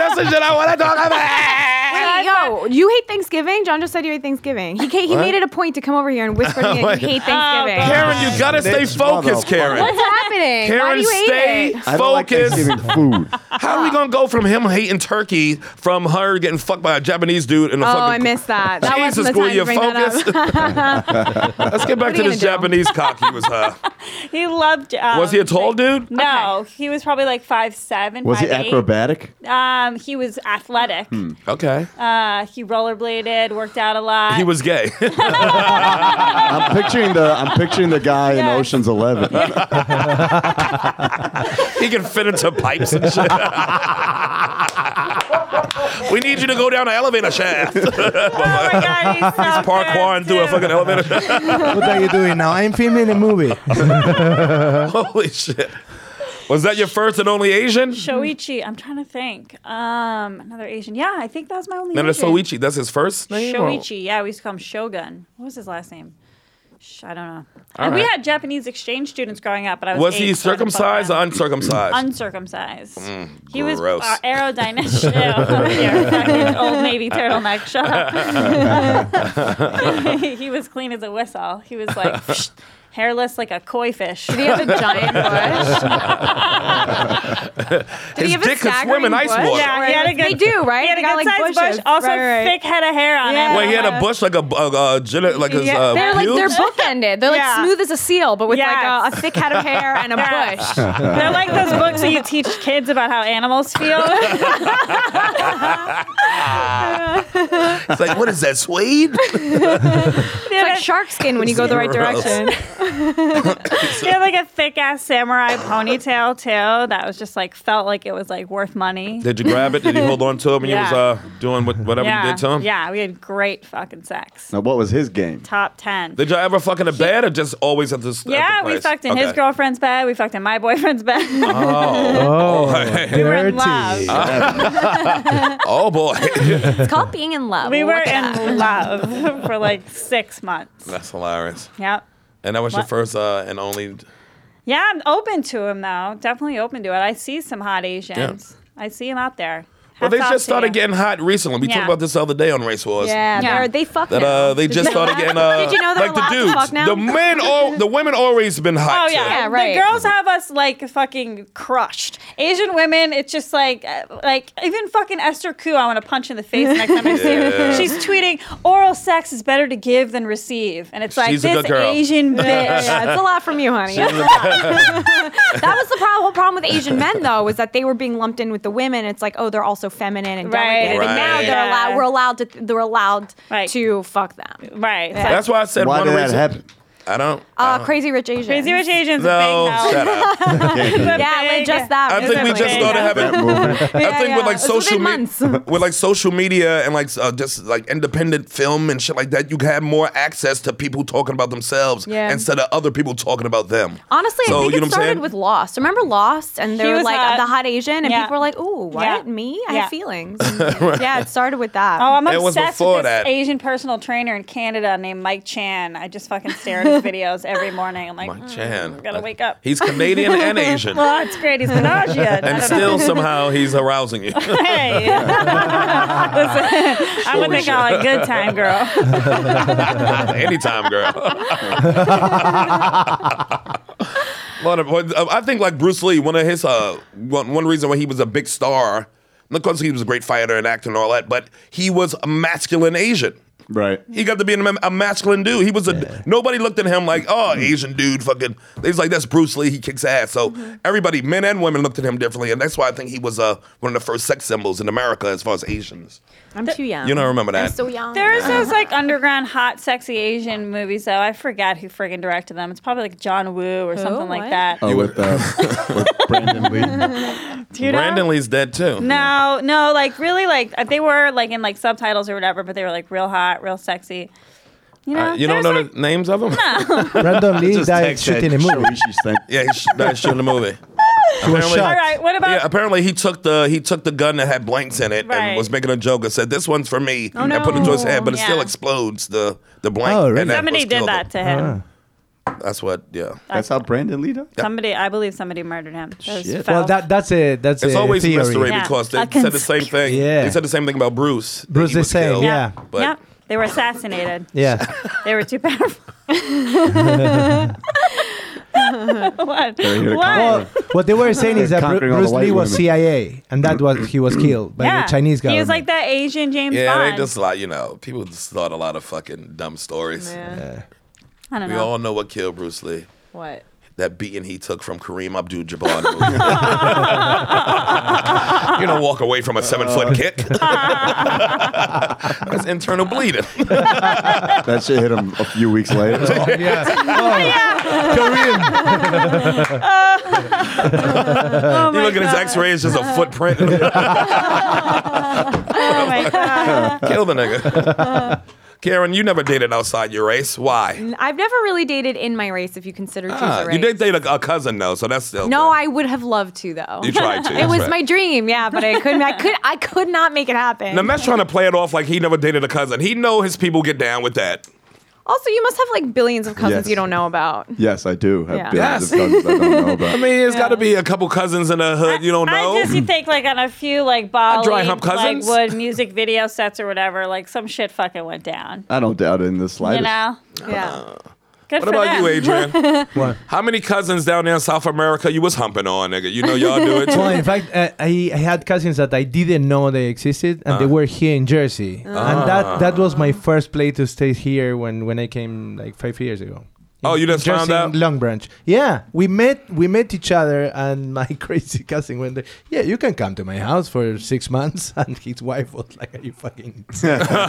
Speaker 6: That's the shit I want to talk about.
Speaker 10: Wait, yo, you hate Thanksgiving? John just said you hate Thanksgiving. He ca- he made it a point to come over here and whisper
Speaker 6: [laughs] Oh
Speaker 10: to me that you hate Thanksgiving.
Speaker 7: God.
Speaker 6: Karen, you gotta stay
Speaker 8: Bitch,
Speaker 6: focused,
Speaker 8: motherfucker.
Speaker 6: Oh, Karen.
Speaker 10: What's happening? Why do
Speaker 6: Karen,
Speaker 10: you hate
Speaker 6: stay
Speaker 10: it?
Speaker 8: I don't like
Speaker 6: focused.
Speaker 8: Thanksgiving food.
Speaker 6: How are we gonna go from him hating turkey from her getting fucked by a Japanese dude in a
Speaker 10: Oh,
Speaker 6: fucking?
Speaker 10: I missed that. That
Speaker 6: Jesus,
Speaker 10: wasn't the
Speaker 6: will
Speaker 10: time
Speaker 6: you
Speaker 10: to bring
Speaker 6: focus?
Speaker 10: that
Speaker 6: [laughs]
Speaker 10: up. [laughs]
Speaker 6: Let's get back
Speaker 10: What
Speaker 6: to
Speaker 10: are you
Speaker 6: this
Speaker 10: gonna
Speaker 6: Japanese cock he was. Uh,
Speaker 7: he loved. Um,
Speaker 6: was he a tall dude?
Speaker 7: No, he was probably like [laughs] five seven.
Speaker 8: Was he Hmm. acrobatic?
Speaker 7: Um, he was athletic.
Speaker 6: Okay.
Speaker 7: Uh, he rollerbladed, worked out a lot.
Speaker 6: he was gay.
Speaker 8: I'm picturing the I'm picturing the guy in
Speaker 7: Yeah.
Speaker 8: Ocean's Eleven.
Speaker 6: he can fit into pipes and [laughs] shit. we need you to go down an elevator [laughs] shaft.
Speaker 7: Oh my
Speaker 6: [laughs]
Speaker 7: god, he's so
Speaker 6: Parkour and
Speaker 7: good,
Speaker 6: do a
Speaker 7: too.
Speaker 6: fucking elevator shaft. [laughs]
Speaker 9: what are you doing now? I'm filming a movie.
Speaker 6: Holy shit. Was that your first and only Asian?
Speaker 7: Shoichi. I'm trying to think. Um, another Asian. Yeah, I think that was my only.
Speaker 6: Nana
Speaker 7: Asian.
Speaker 6: Soichi, that's his first name? or-
Speaker 7: Shoichi. Yeah, we used to call him Shogun. What was his last name? Sh- I don't know.
Speaker 6: All
Speaker 7: and we
Speaker 6: right.
Speaker 7: had Japanese exchange students growing up, but I was.
Speaker 6: Was
Speaker 7: eight,
Speaker 6: he
Speaker 7: so I didn't fuck
Speaker 6: circumcised or
Speaker 7: around.
Speaker 6: uncircumcised?
Speaker 7: Uncircumcised. he was
Speaker 6: gross.
Speaker 7: uh,
Speaker 6: [laughs]
Speaker 7: [laughs] aerodynamic. Shut up. You're a fucking old navy turtleneck. [laughs]
Speaker 6: [laughs]
Speaker 7: Shut up. he was clean as a whistle. He was like, hairless like a koi fish.
Speaker 10: Did he have a
Speaker 7: [laughs]
Speaker 10: giant bush? Did he
Speaker 6: [laughs] His dick could
Speaker 10: have a
Speaker 6: swim
Speaker 10: staggering
Speaker 6: in ice
Speaker 10: bush?
Speaker 6: water.
Speaker 7: Yeah, he had a good-
Speaker 10: They do, right?
Speaker 7: He had a
Speaker 10: They got,
Speaker 7: good
Speaker 10: like,
Speaker 7: sized
Speaker 10: bushes.
Speaker 7: bush, also
Speaker 10: Right, right.
Speaker 7: thick head of hair on
Speaker 10: Yeah.
Speaker 7: him.
Speaker 6: Wait, he had a bush like a bu- uh, uh, gillette, like his
Speaker 7: Yeah.
Speaker 6: uh,
Speaker 10: They're like
Speaker 7: [laughs]
Speaker 10: they're
Speaker 6: pubes?
Speaker 10: bookended. They're like
Speaker 7: Yeah.
Speaker 10: smooth as a seal, but with like
Speaker 7: Yes.
Speaker 10: a, a thick head of hair and a
Speaker 7: Yes. [laughs]
Speaker 10: bush.
Speaker 7: They're like those books that you teach kids about how animals
Speaker 6: [laughs]
Speaker 7: feel. [laughs]
Speaker 6: It's like, what is that, Swede?
Speaker 7: They
Speaker 10: It's
Speaker 7: had
Speaker 10: like
Speaker 7: a-
Speaker 10: shark skin when you go the right
Speaker 6: Gross.
Speaker 10: direction.
Speaker 7: She had like a thick ass samurai ponytail too. That was just like felt like it was like worth money.
Speaker 6: Did you grab it? Did
Speaker 7: [laughs]
Speaker 6: you hold on to him when you
Speaker 7: Yeah.
Speaker 6: was uh, doing what, whatever
Speaker 7: yeah.
Speaker 6: you did to him?
Speaker 7: Yeah, we had great fucking sex.
Speaker 8: [laughs] Now, what was his game?
Speaker 7: Top ten.
Speaker 6: Did y'all ever fuck in a bed or just always at this?
Speaker 7: yeah, we fucked in his girlfriend's bed. We fucked in my boyfriend's bed. [laughs]
Speaker 9: Oh,
Speaker 6: Oh,
Speaker 7: we were in
Speaker 9: dirty.
Speaker 7: love.
Speaker 6: [laughs] oh boy,
Speaker 7: [laughs]
Speaker 10: It's called being in love.
Speaker 7: we were
Speaker 10: Look at
Speaker 6: [laughs]
Speaker 10: that.
Speaker 7: in love [laughs] for like six months.
Speaker 6: that's hilarious.
Speaker 7: Yep.
Speaker 6: And that was your
Speaker 7: What?
Speaker 6: first uh, and only.
Speaker 7: Yeah, I'm open to him though. Definitely open to it. I see some hot Asians. I see him out there.
Speaker 6: Well, they
Speaker 7: Hats off
Speaker 6: just
Speaker 7: to you.
Speaker 6: started getting hot recently. We
Speaker 7: Yeah.
Speaker 6: talked about this the other day on Race Wars.
Speaker 10: Yeah,
Speaker 7: Yeah.
Speaker 10: they're- they fuck
Speaker 6: That
Speaker 10: now.
Speaker 6: uh, they just started getting uh,
Speaker 10: Did you know they're
Speaker 6: like the
Speaker 10: allowed to
Speaker 6: dudes.
Speaker 10: fuck now?
Speaker 6: The men,
Speaker 10: [laughs]
Speaker 6: all the women, always been hot.
Speaker 7: Oh
Speaker 6: too.
Speaker 7: yeah,
Speaker 10: Yeah, right.
Speaker 7: The girls have us like fucking crushed. Asian women, it's just like, uh, like even fucking Esther Koo, I want to punch in the face next time I see
Speaker 6: [laughs]
Speaker 7: her. She's tweeting, "Oral sex is better to give than receive," and it's like
Speaker 6: She's a
Speaker 7: this
Speaker 6: good girl.
Speaker 7: Asian
Speaker 10: Yeah,
Speaker 7: bitch.
Speaker 10: yeah, it's a lot from you, honey. [laughs] that was the problem, whole problem with Asian men, though, was that they were being lumped in with the women. It's like, oh, they're also feminine and
Speaker 7: Right.
Speaker 10: delicate, and now
Speaker 6: Right.
Speaker 10: they're allowed. We're allowed to. They're allowed
Speaker 7: Right.
Speaker 10: to fuck them.
Speaker 7: Right. It's like,
Speaker 6: That's why I said
Speaker 8: Why
Speaker 6: one
Speaker 8: did that
Speaker 6: reason.
Speaker 8: happen?
Speaker 6: I don't. I
Speaker 10: Uh,
Speaker 6: don't-
Speaker 10: crazy rich Asian.
Speaker 7: Crazy Rich Asians
Speaker 6: No,
Speaker 7: is big [laughs]
Speaker 6: shut
Speaker 7: now.
Speaker 6: up.
Speaker 10: Yeah, like just that.
Speaker 6: I think we
Speaker 10: Definitely.
Speaker 6: just started
Speaker 7: Yeah.
Speaker 6: having. I think
Speaker 10: [laughs] yeah.
Speaker 6: with like
Speaker 10: It's
Speaker 6: social
Speaker 10: within months.
Speaker 6: media,
Speaker 10: [laughs]
Speaker 6: with like social media and like uh, just like independent film and shit like that, you have more access to people talking about themselves
Speaker 10: Yeah.
Speaker 6: instead of other people talking about them.
Speaker 10: Honestly,
Speaker 6: So,
Speaker 10: I think
Speaker 6: you know what
Speaker 10: it
Speaker 6: I'm
Speaker 10: started
Speaker 6: saying?
Speaker 10: with Lost. Remember Lost? And they
Speaker 7: He
Speaker 10: were
Speaker 7: was
Speaker 10: like
Speaker 7: hot.
Speaker 10: the hot Asian, and
Speaker 7: Yeah.
Speaker 10: people were like, "Ooh, what?
Speaker 7: Yeah.
Speaker 10: Me? I
Speaker 7: Yeah.
Speaker 6: [laughs]
Speaker 10: have feelings." Yeah, it started with that.
Speaker 7: Oh, I'm
Speaker 6: It was
Speaker 7: obsessed
Speaker 6: before
Speaker 7: with this
Speaker 6: that.
Speaker 7: Asian personal trainer in Canada named Mike Chan. I just fucking stare at his videos every morning. I'm like,
Speaker 6: Mike
Speaker 7: mm,
Speaker 6: Chan,
Speaker 7: I'm gonna
Speaker 6: Like,
Speaker 7: wake up.
Speaker 6: He's Canadian
Speaker 7: [laughs]
Speaker 6: and Asian,
Speaker 7: well, it's great. He's Menage.
Speaker 6: and still somehow he's arousing you.
Speaker 7: [laughs]
Speaker 6: [laughs]
Speaker 7: Hey, Listen, I'm gonna call it good time, girl.
Speaker 6: [laughs] Anytime, girl. Lot of- uh, I think like Bruce Lee, one of his uh, one, one reason why he was a big star, not because he was a great fighter and actor and all that, but he was a masculine Asian.
Speaker 8: Right.
Speaker 6: He got to be a, ma- a masculine dude. He was a nobody looked at him like, oh, Asian dude, fucking. They was like, that's Bruce Lee. He kicks ass. So
Speaker 7: Mm-hmm.
Speaker 6: everybody, men and women, looked at him differently, and that's why I think he was uh, one of the first sex symbols in America as far as Asians.
Speaker 10: I'm too young.
Speaker 7: Uh-huh.
Speaker 6: You don't remember that?
Speaker 10: I'm so young.
Speaker 7: There's those like underground hot, sexy Asian movies though. I forget who friggin' directed them. It's probably like John Woo or something like
Speaker 10: What?
Speaker 7: that.
Speaker 8: Oh, with, uh, with
Speaker 6: [laughs]
Speaker 8: Brandon Lee.
Speaker 7: Do you know?
Speaker 6: Brandon Lee's dead too.
Speaker 7: No, no, like really, like uh, they were like in like subtitles or whatever, but they were like real hot, real sexy. You know,
Speaker 6: Uh, you don't
Speaker 7: there's,
Speaker 6: know
Speaker 7: like,
Speaker 6: the names of them?
Speaker 9: Brandon Lee
Speaker 8: Just
Speaker 9: died
Speaker 8: text that
Speaker 9: shooting a movie.
Speaker 8: Shoichi thing.
Speaker 6: [laughs] Yeah, he sh- died shooting the [laughs] movie.
Speaker 9: He was
Speaker 6: Apparently-
Speaker 9: shot.
Speaker 7: All right, what about?
Speaker 6: Yeah, apparently he took the he took the gun that had blanks in it
Speaker 7: Right. Oh,
Speaker 6: and was making a joke and said, "This one's for me," and put it to his
Speaker 10: no.
Speaker 6: head, but it still
Speaker 7: Yeah.
Speaker 6: explodes the the blank.
Speaker 9: Oh, really?
Speaker 6: and that
Speaker 7: Somebody
Speaker 6: was
Speaker 7: did
Speaker 6: killed
Speaker 7: that to him.
Speaker 9: Ah.
Speaker 6: him. That's what. Yeah.
Speaker 8: That's how Brandon Lee died.
Speaker 7: Somebody, I believe somebody murdered him. That was
Speaker 8: Shit.
Speaker 7: foul.
Speaker 9: Well, that that's a that's
Speaker 6: It's
Speaker 9: a
Speaker 6: always
Speaker 9: theory.
Speaker 6: a mystery
Speaker 7: Yeah.
Speaker 6: because they
Speaker 7: A
Speaker 6: said the same thing.
Speaker 9: Yeah.
Speaker 6: They said the same thing about Bruce. that
Speaker 9: Bruce
Speaker 6: he
Speaker 9: the
Speaker 6: was
Speaker 9: same,
Speaker 6: killed,
Speaker 9: yeah.
Speaker 6: But
Speaker 7: yeah, they were assassinated.
Speaker 9: [laughs]
Speaker 6: [laughs]
Speaker 9: Yeah,
Speaker 7: They were too powerful. [laughs] what?
Speaker 8: here to
Speaker 7: What?
Speaker 9: what they were saying is that Bru-
Speaker 8: Conquering all the
Speaker 9: Bruce
Speaker 8: white
Speaker 9: Lee was
Speaker 8: women.
Speaker 9: CIA, and that was he was killed by the Chinese guy.
Speaker 7: He was like that Asian James
Speaker 6: yeah,
Speaker 7: Bond.
Speaker 6: they just like you know people just thought a lot of fucking dumb stories.
Speaker 7: I don't
Speaker 6: We
Speaker 7: know.
Speaker 6: all know what killed Bruce Lee.
Speaker 10: What?
Speaker 6: that beating he took from Kareem Abdul-Jabbar.
Speaker 7: [laughs]
Speaker 6: in the movie. you don't walk away from a seven-foot kick.
Speaker 7: [laughs]
Speaker 6: That's internal bleeding.
Speaker 8: That shit hit him a few weeks later.
Speaker 6: [laughs]
Speaker 9: yeah. Oh, Korean.
Speaker 7: Oh
Speaker 6: you
Speaker 7: my
Speaker 6: look at his
Speaker 7: God.
Speaker 6: X-ray; it's just a
Speaker 7: [laughs]
Speaker 6: footprint.
Speaker 7: Oh
Speaker 6: [laughs]
Speaker 7: my god.
Speaker 6: Kill the nigga. Karen, you never dated outside your race. Why?
Speaker 10: I've never really dated in my race, if you consider choose
Speaker 6: Ah,
Speaker 10: a race.
Speaker 6: you did date a, a cousin though, so that's still
Speaker 10: No,
Speaker 6: good.
Speaker 10: I would have loved to though.
Speaker 6: You tried
Speaker 10: [laughs]
Speaker 6: to.
Speaker 10: it was my dream, yeah, but I couldn't. I could. I could not make it happen.
Speaker 6: Namesh trying to play it off like he never dated a cousin. He know his people get down with that.
Speaker 10: also, you must have like billions of cousins
Speaker 8: Yes.
Speaker 10: you don't know about.
Speaker 8: yes, I do have
Speaker 10: Yeah.
Speaker 8: billions of cousins I don't
Speaker 6: [laughs]
Speaker 8: know
Speaker 6: I
Speaker 8: about.
Speaker 6: mean, it's got to be a couple cousins in the hood you don't know.
Speaker 7: I just you think like on a few like Bali,
Speaker 6: dry hump
Speaker 7: like
Speaker 6: cousins.
Speaker 7: wood music video sets or whatever, like some shit fucking went down.
Speaker 6: Uh,
Speaker 8: I don't doubt it in the slightest.
Speaker 7: You know?
Speaker 10: Yeah,
Speaker 7: Good
Speaker 6: [laughs] What
Speaker 7: for
Speaker 6: about
Speaker 7: [laughs] them.
Speaker 6: you, Adrian?
Speaker 9: What?
Speaker 6: How many cousins down there in South America you was humping on, nigga? You know y'all do it.
Speaker 9: Well,
Speaker 6: too.
Speaker 9: in fact, uh, I, I had cousins that I didn't know they existed, and
Speaker 6: Ah.
Speaker 9: they were here in Jersey, and that that was my first play to stay here when when I came like five years ago.
Speaker 6: Oh, you just
Speaker 9: Jersey
Speaker 6: found out?
Speaker 9: Long Branch. Yeah, we met we met each other, and [laughs] my crazy cousin went, there, "Yeah, you can come to my house for six months," [laughs] and his wife was like, "Are you fucking?"
Speaker 6: [laughs]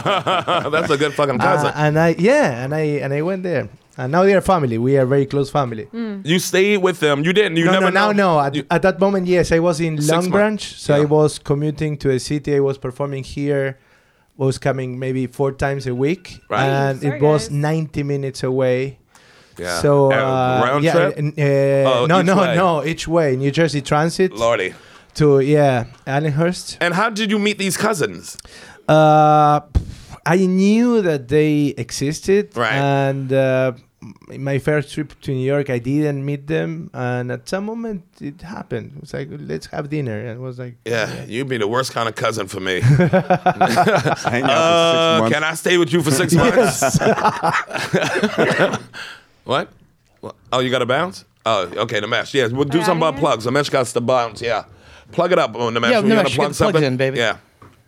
Speaker 6: That's a good fucking cousin.
Speaker 9: Uh, and I yeah, and I and I went there, and now they are family. We are very close family.
Speaker 6: you stayed with them. You didn't. You
Speaker 9: No,
Speaker 6: never
Speaker 9: no, now,
Speaker 6: know.
Speaker 9: no. At,
Speaker 6: You-
Speaker 9: at that moment, yes, I was in
Speaker 6: Six
Speaker 9: Long
Speaker 6: months.
Speaker 9: Branch, so I
Speaker 6: Yeah.
Speaker 9: was commuting to a city. I was performing here, was coming maybe four times a week,
Speaker 6: Right.
Speaker 9: and
Speaker 10: Sorry,
Speaker 9: it was
Speaker 10: guys.
Speaker 9: ninety minutes away.
Speaker 6: yeah.
Speaker 9: So
Speaker 6: Uh,
Speaker 9: uh,
Speaker 6: round
Speaker 9: yeah,
Speaker 6: trip.
Speaker 9: and, uh,
Speaker 6: Oh,
Speaker 9: no,
Speaker 6: each
Speaker 9: no,
Speaker 6: way.
Speaker 9: no, each way, New Jersey Transit
Speaker 6: Lordy.
Speaker 9: to yeah, Allenhurst.
Speaker 6: And how did you meet these cousins?
Speaker 9: Uh, I knew that they existed,
Speaker 6: Right.
Speaker 9: and uh, in my first trip to New York, I didn't meet them, and at some moment it happened. It was like, let's have dinner, and it was like,
Speaker 6: Yeah, you'd be the worst kind of cousin for me.
Speaker 8: Hang out for six
Speaker 6: Uh,
Speaker 8: months.
Speaker 6: can I stay with you for six months?
Speaker 8: [laughs]
Speaker 6: what? What? Oh, you got to bounce? Oh, okay, Namesh. Yeah, we'll do
Speaker 10: We're
Speaker 6: something about
Speaker 10: outta here?
Speaker 6: plugs. Namesh got the bounce, yeah. Plug it up, oh, Namesh.
Speaker 4: Yeah,
Speaker 6: you
Speaker 4: Namesh,
Speaker 6: gotta
Speaker 4: get
Speaker 6: plug
Speaker 4: the plugs
Speaker 6: something?
Speaker 4: in, baby.
Speaker 6: Yeah.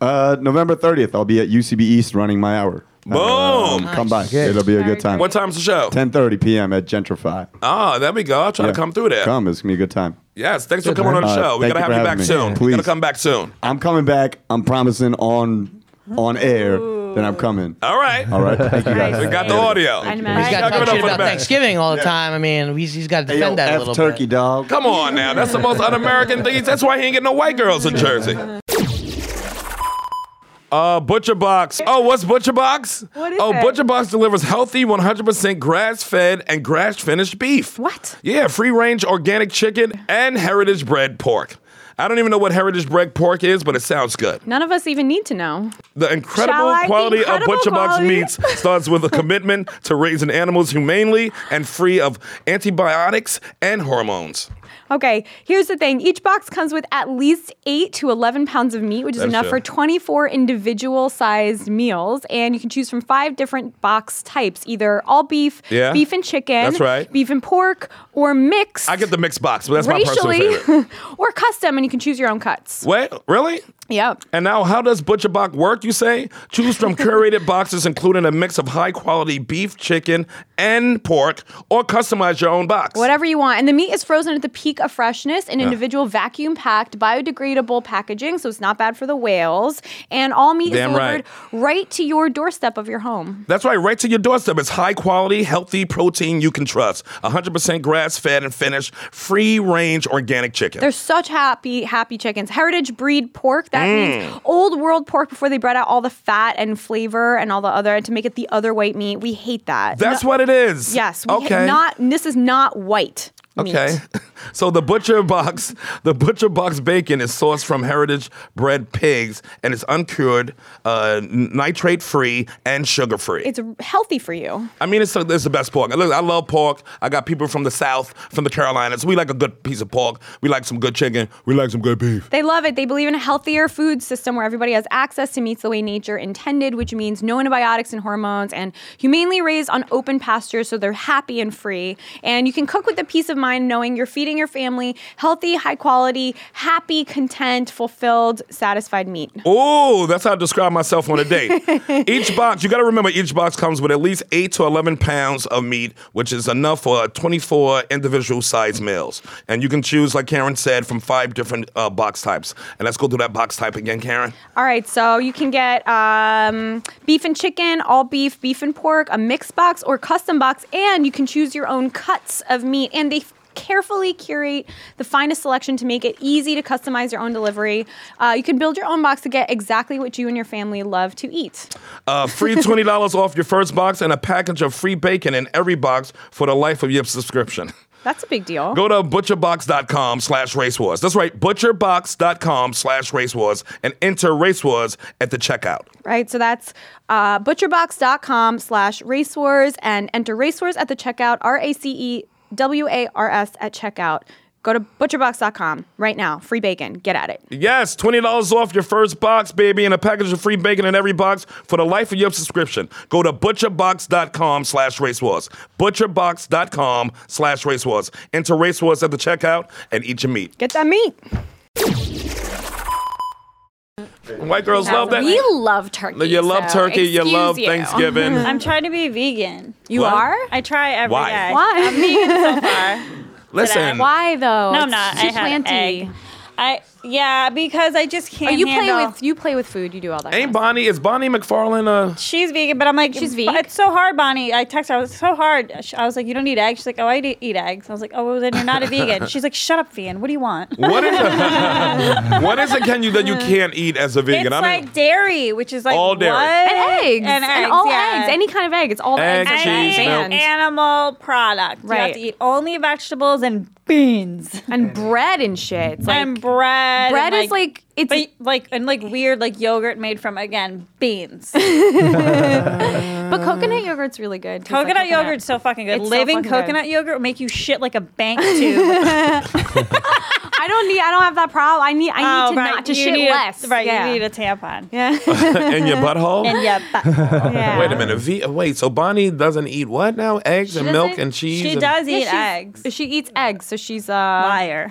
Speaker 8: Uh, November 30th, I'll be at UCB East running my hour.
Speaker 6: Boom!
Speaker 8: Um, come by. It'll be a good time.
Speaker 6: What time's the show?
Speaker 8: 10.30 p.m. at Gentrify.
Speaker 6: Ah, there we go. I'll try
Speaker 8: Yeah.
Speaker 6: to come through there.
Speaker 8: Come. It's going to be a good time.
Speaker 6: Yes, thanks for coming on the
Speaker 8: Uh,
Speaker 6: show. we
Speaker 8: thank
Speaker 6: gotta have
Speaker 8: you for
Speaker 6: you back
Speaker 8: having me.
Speaker 6: soon.
Speaker 8: Yeah.
Speaker 6: We gotta
Speaker 8: Please.
Speaker 6: come back soon.
Speaker 8: I'm coming back. I'm promising on on air that I'm coming.
Speaker 6: All right.
Speaker 8: All right. Thank you guys.
Speaker 10: Nice.
Speaker 6: We got the audio.
Speaker 10: And
Speaker 4: He's
Speaker 10: Matt.
Speaker 4: got
Speaker 6: Y'all give
Speaker 4: to
Speaker 6: it up
Speaker 4: talk shit
Speaker 6: for the
Speaker 4: about
Speaker 6: man.
Speaker 4: Thanksgiving all the time. I mean, he's, he's got to
Speaker 8: Hey, yo,
Speaker 4: defend that a
Speaker 8: F
Speaker 4: little
Speaker 8: turkey,
Speaker 4: bit.
Speaker 8: dog.
Speaker 6: Come on now. That's the most un-American thing. That's why he ain't getting no white girls in Jersey. Uh, Butcher Box. Oh, what's Butcher Box?
Speaker 10: What is
Speaker 6: oh,
Speaker 10: it?
Speaker 6: Butcher Box delivers healthy, 100% grass-fed and grass-finished beef.
Speaker 10: What?
Speaker 6: Yeah, free-range organic chicken and heritage bred pork. I don't even know what heritage bred pork is, but it sounds good.
Speaker 10: None of us even need to know.
Speaker 6: The incredible
Speaker 10: Shall I? The
Speaker 6: quality
Speaker 10: incredible
Speaker 6: of Butcher Box
Speaker 10: quality.
Speaker 6: meats starts
Speaker 10: [laughs]
Speaker 6: with a commitment to raising animals humanely and free of antibiotics and hormones.
Speaker 10: Okay, here's the thing. Each box comes with at least 8 to 11 pounds of meat, which is
Speaker 6: That's
Speaker 10: enough
Speaker 6: it.
Speaker 10: for 24 individual sized meals. And you can choose from five different box types either all beef,
Speaker 6: Yeah.
Speaker 10: beef and chicken,
Speaker 6: That's right.
Speaker 10: beef and pork, or mixed.
Speaker 6: I get the mixed box, but that's my personal
Speaker 10: Racially
Speaker 6: favorite.
Speaker 10: [laughs] or custom, and you can choose your own cuts.
Speaker 6: Wait, really?
Speaker 10: Yep.
Speaker 6: And now, how does Butcher Box work, you say? Choose from curated boxes including a mix of high quality beef, chicken, and pork, or customize your own box.
Speaker 10: Whatever you want. And the meat is frozen at the peak of freshness in individual vacuum packed, biodegradable packaging, so it's not bad for the whales. And all meat
Speaker 6: Damn
Speaker 10: is
Speaker 6: right.
Speaker 10: delivered right. to your doorstep of your home.
Speaker 6: That's right, right to your doorstep. It's high quality, healthy protein you can trust. 100% grass fed and finished, free range organic chicken.
Speaker 10: They're such happy, happy chickens. Heritage breed pork,
Speaker 6: Mm.
Speaker 10: that means old world pork before they bred out all the fat and flavor and all the other, and to make it the other white meat. We hate that.
Speaker 6: That's
Speaker 10: No-
Speaker 6: what it is.
Speaker 10: Yes. We
Speaker 6: Okay.
Speaker 10: okay. Not, this is not white. meat.
Speaker 6: Okay. [laughs] So the butcher box, the butcher box bacon is sourced from heritage bred pigs and it's uncured, uh, nitrate free and sugar free.
Speaker 10: It's healthy for you.
Speaker 6: I mean, it's, it's the best pork. Look, I love pork. I got people from the South, from the Carolinas. We like a good piece of pork. We like some good chicken. We like some good beef.
Speaker 10: They love it. They believe in a healthier food system where everybody has access to meats the way nature intended, which means no antibiotics and hormones and humanely raised on open pastures so they're happy and free. And you can cook with the peace of mind knowing you're feeding your family healthy, high quality, happy, content, fulfilled, satisfied meat.
Speaker 6: Oh, that's how I describe myself on a date. each box, you got to remember, each box comes with at least eight to eleven pounds of meat, which is enough for twenty-four individual size meals. And you can choose, like Karen said, from five different uh, box types. And let's go through that box type again, Karen.
Speaker 10: All right, so you can get um, beef and chicken, all beef, beef and pork, a mixed box or custom box, and you can choose your own cuts of meat. And they carefully curate the finest selection to make it easy to customize your own delivery. Uh, you can build your own box to get exactly what you and your family love to eat.
Speaker 6: Uh, free twenty dollars off your first box and a package of free bacon in every box for the life of your subscription.
Speaker 10: That's a big deal.
Speaker 6: Go to butcherbox.com slash racewars. That's right, butcherbox.com slash racewars and enter racewars at the checkout.
Speaker 10: right? So that's uh, butcherbox.com slash racewars and enter racewars at the checkout, R A C E W A R S at checkout. Go to butcherbox.com right now. Free bacon. Get at it.
Speaker 6: Yes, twenty dollars off your first box, baby, and a package of free bacon in every box for the life of your subscription. Go to butcherbox.com/slash racewars. Butcherbox.com/slash racewars. Enter racewars at the checkout and eat your meat.
Speaker 10: Get that meat.
Speaker 6: White girls love Oh, that.
Speaker 10: We love turkey.
Speaker 6: You love
Speaker 10: so
Speaker 6: turkey. You
Speaker 10: excuse
Speaker 6: love Thanksgiving.
Speaker 7: [laughs] I'm trying to be vegan.
Speaker 10: You
Speaker 6: What?
Speaker 10: are?
Speaker 7: I try every day.
Speaker 6: Why?
Speaker 10: Why?
Speaker 7: So far.
Speaker 6: Listen,
Speaker 10: [laughs] Why though?
Speaker 7: No, I'm
Speaker 10: It's
Speaker 7: not.
Speaker 10: too
Speaker 7: I had an
Speaker 10: planty.
Speaker 7: egg. I yeah, because I just
Speaker 10: Oh,
Speaker 7: can't.
Speaker 10: you play
Speaker 7: handle-
Speaker 10: with you play with food. You do all that.
Speaker 6: ain't
Speaker 10: kind of
Speaker 6: Bonnie is Bonnie McFarlane uh, a?
Speaker 7: She's vegan, but I'm like,
Speaker 10: She's
Speaker 7: "But
Speaker 10: vegan?
Speaker 7: It's so hard, Bonnie. I text her. I was so hard. Sh- I was like, you don't eat eggs. She's like, oh, I do eat eggs. I was like, oh, well, then you're not a vegan. She's like, shut up, vegan. What do you want?
Speaker 6: What is it? [laughs] what is it? Can you that you can't eat as a vegan?
Speaker 7: it's
Speaker 6: I don't-
Speaker 7: like dairy, which is like
Speaker 6: All dairy.
Speaker 7: what?
Speaker 10: stuff. And eggs.
Speaker 7: and eggs,
Speaker 10: all
Speaker 7: yeah.
Speaker 10: eggs. Any kind of egg. It's all the
Speaker 6: Egg,
Speaker 10: eggs. that are
Speaker 7: Any
Speaker 6: cheese, milk.
Speaker 10: banned.
Speaker 7: animal product. You
Speaker 10: Right.
Speaker 7: have to eat only vegetables and beans
Speaker 10: and bread and shit. It's like
Speaker 7: and bread.
Speaker 10: bread
Speaker 7: and
Speaker 10: is like it's
Speaker 7: But like and like weird like yogurt made from again
Speaker 10: [laughs]
Speaker 7: beans.
Speaker 10: But
Speaker 6: Mm.
Speaker 10: coconut yogurt's really good. Tastes like
Speaker 7: coconut yogurt's so fucking good.
Speaker 10: It's so
Speaker 7: Living
Speaker 10: fucking good.
Speaker 7: coconut yogurt will make you shit like a
Speaker 10: [laughs]
Speaker 7: bank tube.
Speaker 10: I don't need. I don't have that problem. I need. I need
Speaker 7: Oh,
Speaker 10: to
Speaker 7: right,
Speaker 10: not to
Speaker 7: you
Speaker 10: shit
Speaker 7: need a-
Speaker 10: less.
Speaker 7: right,
Speaker 10: Yeah.
Speaker 7: you need a tampon.
Speaker 6: [laughs]
Speaker 10: yeah.
Speaker 6: in your butthole.
Speaker 7: [laughs] And yeah, but
Speaker 10: Yeah.
Speaker 6: Wait a minute. V- wait, so Bonnie doesn't eat what now? Eggs and milk
Speaker 10: doesn't-
Speaker 6: and cheese.
Speaker 7: she
Speaker 6: and-
Speaker 7: does
Speaker 10: Yeah,
Speaker 7: eat
Speaker 10: she's-
Speaker 7: eggs.
Speaker 10: She eats eggs, so she's uh.
Speaker 7: Liar.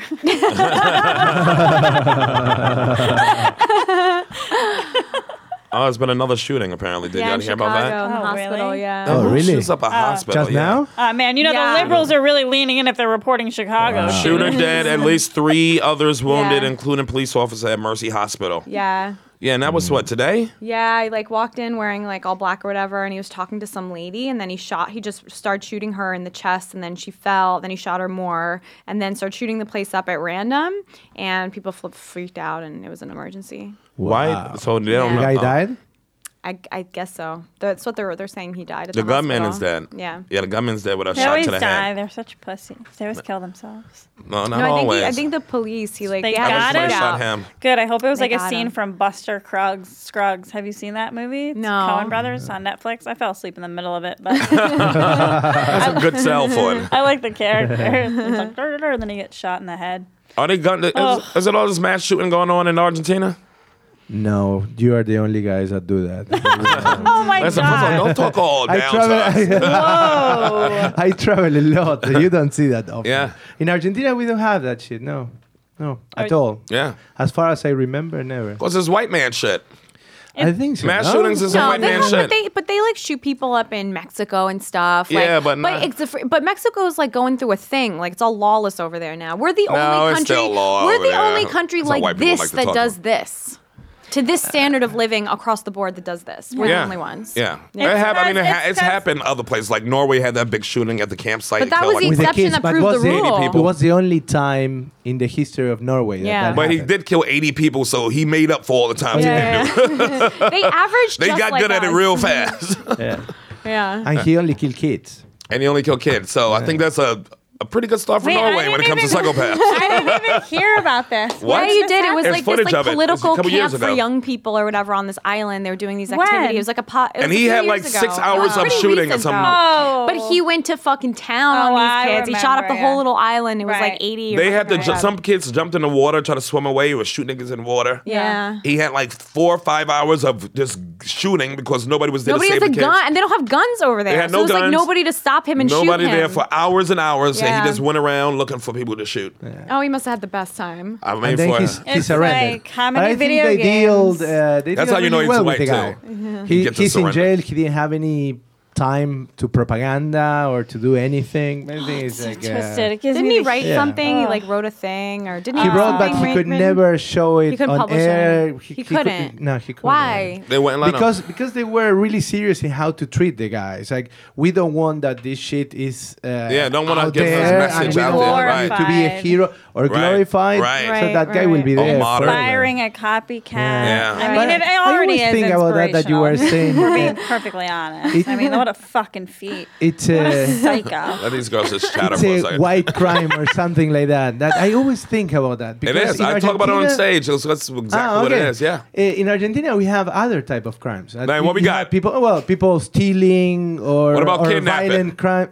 Speaker 6: Oh, it's been another shooting. Apparently, did
Speaker 10: Yeah,
Speaker 6: y'all
Speaker 10: in
Speaker 6: hear
Speaker 10: Chicago, Uh,
Speaker 6: about that?
Speaker 10: in the
Speaker 7: Oh,
Speaker 10: hospital.
Speaker 7: really?
Speaker 10: Yeah.
Speaker 9: Oh,
Speaker 6: Who
Speaker 9: really?
Speaker 6: shoots up a hospital.
Speaker 9: Just
Speaker 6: yeah.
Speaker 9: now?
Speaker 7: [laughs] Uh, man, you know
Speaker 10: Yeah.
Speaker 7: the liberals are really leaning in if they're reporting Chicago.
Speaker 6: Shooter dead, at least three others wounded,
Speaker 10: Mm-hmm. Yeah.
Speaker 6: including police officer at Mercy Hospital.
Speaker 10: Yeah.
Speaker 6: Yeah, and that was what today.
Speaker 10: Yeah, he like walked in wearing like all black or whatever, and he was talking to some lady, and then he shot. He just started shooting her in the chest, and then she fell. Then he shot her more, and then started shooting the place up at random, and people flipped, freaked out, and it was an emergency.
Speaker 6: Why? So they don't
Speaker 9: The
Speaker 10: Yeah.
Speaker 6: know.
Speaker 9: guy died?
Speaker 10: I, I guess so. That's what they're they're saying. He died. At the,
Speaker 6: The gunman is
Speaker 10: hospital.
Speaker 6: dead.
Speaker 10: Yeah.
Speaker 6: Yeah, the gunman's dead with a
Speaker 7: They
Speaker 6: shot
Speaker 7: always
Speaker 6: to the
Speaker 7: die.
Speaker 6: head.
Speaker 7: They're such pussies. They always kill themselves.
Speaker 6: No, not
Speaker 10: No, I think,
Speaker 6: always.
Speaker 10: he, I think the police. He like
Speaker 7: They
Speaker 10: had
Speaker 7: got
Speaker 10: to
Speaker 7: him.
Speaker 10: freak
Speaker 6: shot
Speaker 10: out.
Speaker 6: him.
Speaker 7: Good. I hope it was
Speaker 10: They
Speaker 7: like a
Speaker 10: got
Speaker 7: scene
Speaker 10: 'em.
Speaker 7: from Buster Scruggs. Scruggs. Have you seen that movie? It's
Speaker 10: No.
Speaker 7: Cohen Brothers on Netflix. I fell asleep in the middle of it, but
Speaker 6: [laughs] That's a good
Speaker 10: [laughs]
Speaker 6: sell for it.
Speaker 7: I like the character. It's like, "Dur, dur, dur," and then he gets shot in the head.
Speaker 6: Are they gun? Is,
Speaker 10: Oh.
Speaker 6: is it all this mass shooting going on in Argentina?
Speaker 9: No, you are the only guys that do [laughs] that.
Speaker 7: Oh my
Speaker 6: That's a, first of all,
Speaker 7: god.
Speaker 6: don't talk all
Speaker 9: [laughs] I
Speaker 6: down to us.
Speaker 9: travel.
Speaker 7: Whoa.
Speaker 9: I travel a lot. You don't see that often.
Speaker 6: Yeah.
Speaker 9: In Argentina, we don't have that shit. No, no, at
Speaker 7: Are-
Speaker 9: all.
Speaker 6: Yeah,
Speaker 9: As far as I remember, never.
Speaker 6: because it's white man shit.
Speaker 9: I think so.
Speaker 6: Mass
Speaker 9: no?
Speaker 6: shootings is a
Speaker 10: No,
Speaker 6: white
Speaker 10: they
Speaker 6: man
Speaker 10: have,
Speaker 6: shit.
Speaker 10: but they but they like shoot people up in Mexico and stuff. Like,
Speaker 6: Yeah, but not-
Speaker 10: it's a fr- but Mexico's like going through a thing. Like it's all lawless over there now. We're the
Speaker 6: No,
Speaker 10: only
Speaker 6: it's
Speaker 10: country.
Speaker 6: still law
Speaker 10: we're
Speaker 6: over
Speaker 10: the
Speaker 6: there.
Speaker 10: only country
Speaker 6: That's what white
Speaker 10: like
Speaker 6: people
Speaker 10: this
Speaker 6: like to
Speaker 10: that
Speaker 6: talk
Speaker 10: does
Speaker 6: about.
Speaker 10: this to this standard of living across the board that does this. We're
Speaker 6: yeah.
Speaker 10: the only ones.
Speaker 6: Yeah, It hap- I mean, it
Speaker 7: It's
Speaker 6: ha- it's
Speaker 7: 'cause-
Speaker 6: happened other places. Like Norway had that big shooting at the campsite.
Speaker 10: But
Speaker 6: It
Speaker 10: that
Speaker 6: killed,
Speaker 10: was
Speaker 6: like,
Speaker 10: the
Speaker 9: With the
Speaker 10: exception
Speaker 9: kids,
Speaker 10: that
Speaker 9: but
Speaker 10: proved
Speaker 9: was
Speaker 10: the
Speaker 9: the,
Speaker 10: rule.
Speaker 9: it was the only time in the history of Norway. that
Speaker 10: Yeah.
Speaker 9: that
Speaker 6: But he
Speaker 9: happened.
Speaker 6: did kill 80 people, so he made up for all the times he didn't do. it. [laughs]
Speaker 10: they averaged.
Speaker 6: They
Speaker 10: just
Speaker 6: got
Speaker 10: like
Speaker 6: good at it
Speaker 10: us.
Speaker 6: real
Speaker 9: [laughs]
Speaker 6: fast.
Speaker 10: Yeah.
Speaker 9: and he only killed kids.
Speaker 6: and he only killed kids. So I think that's a, a pretty good start for
Speaker 7: Wait, I
Speaker 6: Norway when it
Speaker 7: didn't
Speaker 6: comes to
Speaker 7: even-
Speaker 10: [laughs]
Speaker 6: psychopaths.
Speaker 7: I didn't even hear about this.
Speaker 6: What?
Speaker 10: Yeah, you did. It was
Speaker 6: There's
Speaker 10: like this
Speaker 6: footage
Speaker 10: like
Speaker 6: of it. It was a
Speaker 10: political
Speaker 6: couple years
Speaker 10: camp for
Speaker 6: ago.
Speaker 10: young people or whatever on this island. They were doing these
Speaker 7: When?
Speaker 10: activities. It was like a pot. it
Speaker 6: And
Speaker 10: was a
Speaker 6: he
Speaker 10: few
Speaker 6: had, like,
Speaker 10: years ago.
Speaker 6: six hours
Speaker 10: It was
Speaker 6: of
Speaker 10: pretty
Speaker 6: shooting or
Speaker 10: recent,
Speaker 6: something.
Speaker 7: Oh.
Speaker 10: though. But he went to fucking town
Speaker 7: Oh,
Speaker 10: on
Speaker 7: I
Speaker 10: these kids. he shot up the
Speaker 7: remember, yeah.
Speaker 10: whole little island. It was like
Speaker 7: Right.
Speaker 10: 80 or
Speaker 6: They had to,
Speaker 10: something
Speaker 6: ju-
Speaker 10: like that.
Speaker 6: some kids jumped in the water, try to swim away, or shoot niggas in water.
Speaker 10: Yeah.
Speaker 6: He had like four or five hours of just shooting because nobody was there
Speaker 10: Nobody
Speaker 6: to
Speaker 10: has
Speaker 6: save
Speaker 10: a
Speaker 6: the kids.
Speaker 10: gun, and they don't have guns over there.
Speaker 6: had
Speaker 10: so
Speaker 6: no
Speaker 10: it was like
Speaker 6: guns.
Speaker 10: nobody to stop him and
Speaker 6: Nobody
Speaker 10: shoot him.
Speaker 6: there for hours and hours, and
Speaker 10: Yeah.
Speaker 6: he just went around looking for people to shoot.
Speaker 10: Oh, he must have had the best time.
Speaker 6: I mean,
Speaker 9: And then
Speaker 6: for
Speaker 9: he's,
Speaker 7: It's
Speaker 9: he surrendered.
Speaker 7: like, how
Speaker 9: But
Speaker 7: many
Speaker 9: I
Speaker 7: video
Speaker 9: think they
Speaker 7: games?
Speaker 9: Dealed, uh, they
Speaker 6: That's
Speaker 9: dealt
Speaker 6: how you know
Speaker 9: really
Speaker 6: he's
Speaker 9: well
Speaker 6: white,
Speaker 9: with the
Speaker 10: [laughs]
Speaker 9: guy.
Speaker 6: too.
Speaker 9: He,
Speaker 6: gets to
Speaker 9: he's in
Speaker 6: surrender.
Speaker 9: jail. He didn't have any time to propaganda or to do anything. I think it's like, uh,
Speaker 7: Twisted. It gives
Speaker 10: Didn't
Speaker 7: me
Speaker 10: he
Speaker 7: the
Speaker 10: write
Speaker 9: Yeah.
Speaker 10: something? He like wrote a thing, or didn't he?
Speaker 9: he
Speaker 10: have
Speaker 9: wrote, but
Speaker 10: something
Speaker 9: he could
Speaker 10: written?
Speaker 9: never show it
Speaker 10: He couldn't
Speaker 9: on
Speaker 10: publish
Speaker 9: air.
Speaker 10: it. He,
Speaker 9: could-
Speaker 10: couldn't.
Speaker 9: no, he couldn't.
Speaker 10: Why?
Speaker 6: They went and
Speaker 9: because because they were really serious in how to treat the guys. Like we don't want that this shit is uh,
Speaker 6: Yeah, don't wanna
Speaker 9: out
Speaker 6: get his
Speaker 9: there, and
Speaker 6: message
Speaker 9: we
Speaker 6: out
Speaker 9: don't
Speaker 6: there,
Speaker 9: want you
Speaker 7: right.
Speaker 9: to be a hero or glorified.
Speaker 6: right.
Speaker 9: So that
Speaker 10: Right,
Speaker 9: guy will be
Speaker 10: right.
Speaker 9: there.
Speaker 6: Or modern.
Speaker 9: forever.
Speaker 7: Firing a copycat.
Speaker 6: Yeah.
Speaker 7: I mean,
Speaker 9: But
Speaker 7: it, it
Speaker 9: I
Speaker 7: already
Speaker 9: always
Speaker 7: is
Speaker 9: think about that that you were
Speaker 7: inspirational. [laughs]
Speaker 9: saying
Speaker 7: We're being
Speaker 9: that-
Speaker 7: perfectly honest.
Speaker 9: It-
Speaker 7: I mean, what a fucking
Speaker 9: [laughs]
Speaker 7: feat.
Speaker 9: It's
Speaker 7: [laughs] What a
Speaker 9: a
Speaker 7: psycho.
Speaker 6: Let these girls
Speaker 9: [laughs]
Speaker 6: just chatter
Speaker 9: it's
Speaker 6: for a
Speaker 9: a
Speaker 6: second.
Speaker 9: white crime or something like that. That I always think about that.
Speaker 6: It
Speaker 9: Because
Speaker 6: is.
Speaker 9: in
Speaker 6: I talk about it on
Speaker 9: Argentina-
Speaker 6: stage. That's that's exactly
Speaker 9: Ah,
Speaker 6: what it
Speaker 9: okay.
Speaker 6: is. Yeah.
Speaker 9: I- In Argentina, we have other type of crimes. Uh,
Speaker 6: Like, what we
Speaker 9: you
Speaker 6: got?
Speaker 9: have People, well, people stealing or
Speaker 6: What about
Speaker 9: or
Speaker 6: kidnapping?
Speaker 9: violent crime.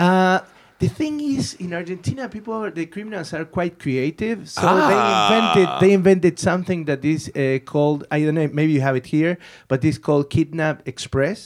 Speaker 9: Uh, The thing is, in Argentina, people are the criminals are quite creative, so
Speaker 6: Ah.
Speaker 9: they invented they invented something that is uh, called I don't know, maybe you have it here, but it's called Kidnap Express.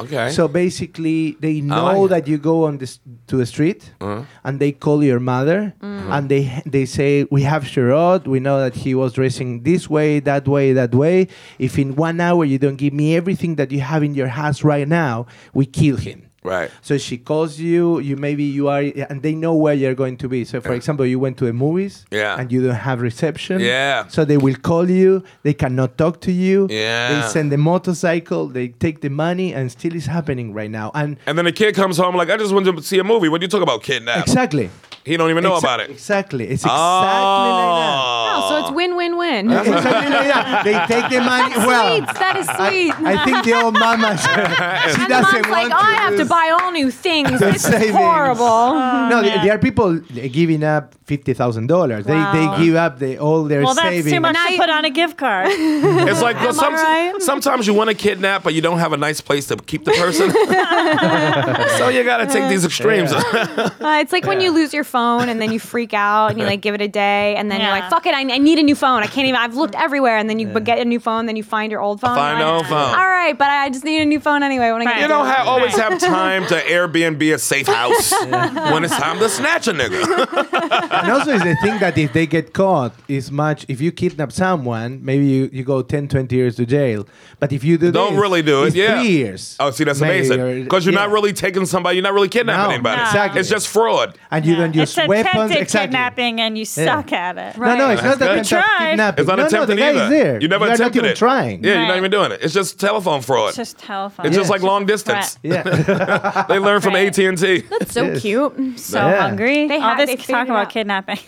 Speaker 6: Okay.
Speaker 9: So basically, they know
Speaker 6: like it.
Speaker 9: that you go on this to the street, and they call your mother, and they they say we have Sherrod. We know that he was dressing this way, that way, that way. If in one hour you don't give me everything that you have in your house right now, we kill him.
Speaker 6: Right.
Speaker 9: So she calls you. You maybe you are, and they know where you're going to be. So for example, you went to the movies,
Speaker 6: Yeah.
Speaker 9: and you don't have reception,
Speaker 6: Yeah.
Speaker 9: So they will call you. They cannot talk to you.
Speaker 6: Yeah.
Speaker 9: They send the motorcycle. They take the money, and still is happening right now. And
Speaker 6: and then the kid comes home like, I just went to see a movie. What do you talk about, kidnap?
Speaker 9: exactly,
Speaker 6: He don't even know
Speaker 9: Exa-
Speaker 6: about it.
Speaker 9: Exactly, it's exactly like that.
Speaker 6: Oh.
Speaker 10: Oh, so it's win-win-win.
Speaker 9: Exactly
Speaker 6: [laughs]
Speaker 9: like that. They take the money. well,
Speaker 10: sweet. That is
Speaker 9: I, [laughs]
Speaker 10: sweet.
Speaker 9: I think the old
Speaker 6: [laughs]
Speaker 9: mama. she
Speaker 10: and the
Speaker 9: doesn't
Speaker 10: mom's like,
Speaker 9: want
Speaker 10: oh, I have to
Speaker 9: lose
Speaker 10: buy all new things. This is
Speaker 9: savings. Uh,
Speaker 10: horrible.
Speaker 9: no, th- there are people uh, giving up fifty thousand dollars. They
Speaker 10: Wow.
Speaker 9: they give up the, all their
Speaker 7: Well, that's
Speaker 9: savings.
Speaker 7: too much
Speaker 10: Now
Speaker 7: to
Speaker 10: you-
Speaker 7: put on a gift card.
Speaker 6: It's like well,
Speaker 10: Am
Speaker 6: some,
Speaker 10: I right?
Speaker 6: sometimes you want to kidnap, but you don't have a nice place to keep the
Speaker 9: [laughs]
Speaker 6: person. so you gotta take these extremes.
Speaker 10: Uh, it's like when you lose your phone and then you freak out and you like give it a day and then you're
Speaker 7: Yeah.
Speaker 10: like, fuck it, I, I need a new phone. I can't even. I've looked everywhere and then you b get a new phone, then you find your old phone.
Speaker 6: Find
Speaker 10: You're
Speaker 6: old
Speaker 10: like,
Speaker 6: phone.
Speaker 10: All right, but I just need a new phone anyway. When I get
Speaker 6: [laughs]
Speaker 7: Right.
Speaker 6: you
Speaker 10: it."
Speaker 6: don't have, always have time to Airbnb a safe house when it's time to snatch a nigga.
Speaker 9: and also is the thing that if they get caught is much if you kidnap someone maybe you, you go 10 20 years to jail but if you do
Speaker 6: Don't
Speaker 9: this,
Speaker 6: really do it.
Speaker 9: it's
Speaker 6: yeah.
Speaker 9: three years
Speaker 6: Oh, see, that's
Speaker 9: Maybe,
Speaker 6: amazing.
Speaker 9: or-
Speaker 6: Because you're not
Speaker 9: yeah.
Speaker 6: really taking somebody. You're not really kidnapping
Speaker 9: No,
Speaker 6: anybody.
Speaker 9: exactly.
Speaker 6: It's just fraud.
Speaker 9: and you don't use
Speaker 7: it's attempted
Speaker 9: weapons exactly
Speaker 7: kidnapping, and you suck at it.
Speaker 9: no no
Speaker 10: Right.
Speaker 9: it's
Speaker 6: That's good.
Speaker 9: not that kind of
Speaker 7: Tried.
Speaker 9: kidnapping
Speaker 6: It's not
Speaker 9: no, no,
Speaker 6: attempted
Speaker 9: the guy
Speaker 6: either.
Speaker 9: is there
Speaker 6: You never
Speaker 9: are not
Speaker 6: attempted
Speaker 9: even
Speaker 6: it.
Speaker 9: trying
Speaker 6: Yeah, you're not even doing it. It's just telephone fraud.
Speaker 7: It's
Speaker 6: It's just,
Speaker 7: just telephone.
Speaker 6: like long distance. [laughs]
Speaker 9: yeah
Speaker 6: They learn from
Speaker 7: Right.
Speaker 6: AT and T.
Speaker 9: [laughs]
Speaker 10: That's so
Speaker 9: Yes.
Speaker 10: cute.
Speaker 7: So
Speaker 9: Yeah.
Speaker 7: hungry.
Speaker 10: They
Speaker 7: They
Speaker 10: have-
Speaker 7: All
Speaker 10: they
Speaker 7: this talk
Speaker 10: figured it
Speaker 7: about
Speaker 9: [laughs]
Speaker 10: out.
Speaker 7: kidnapping.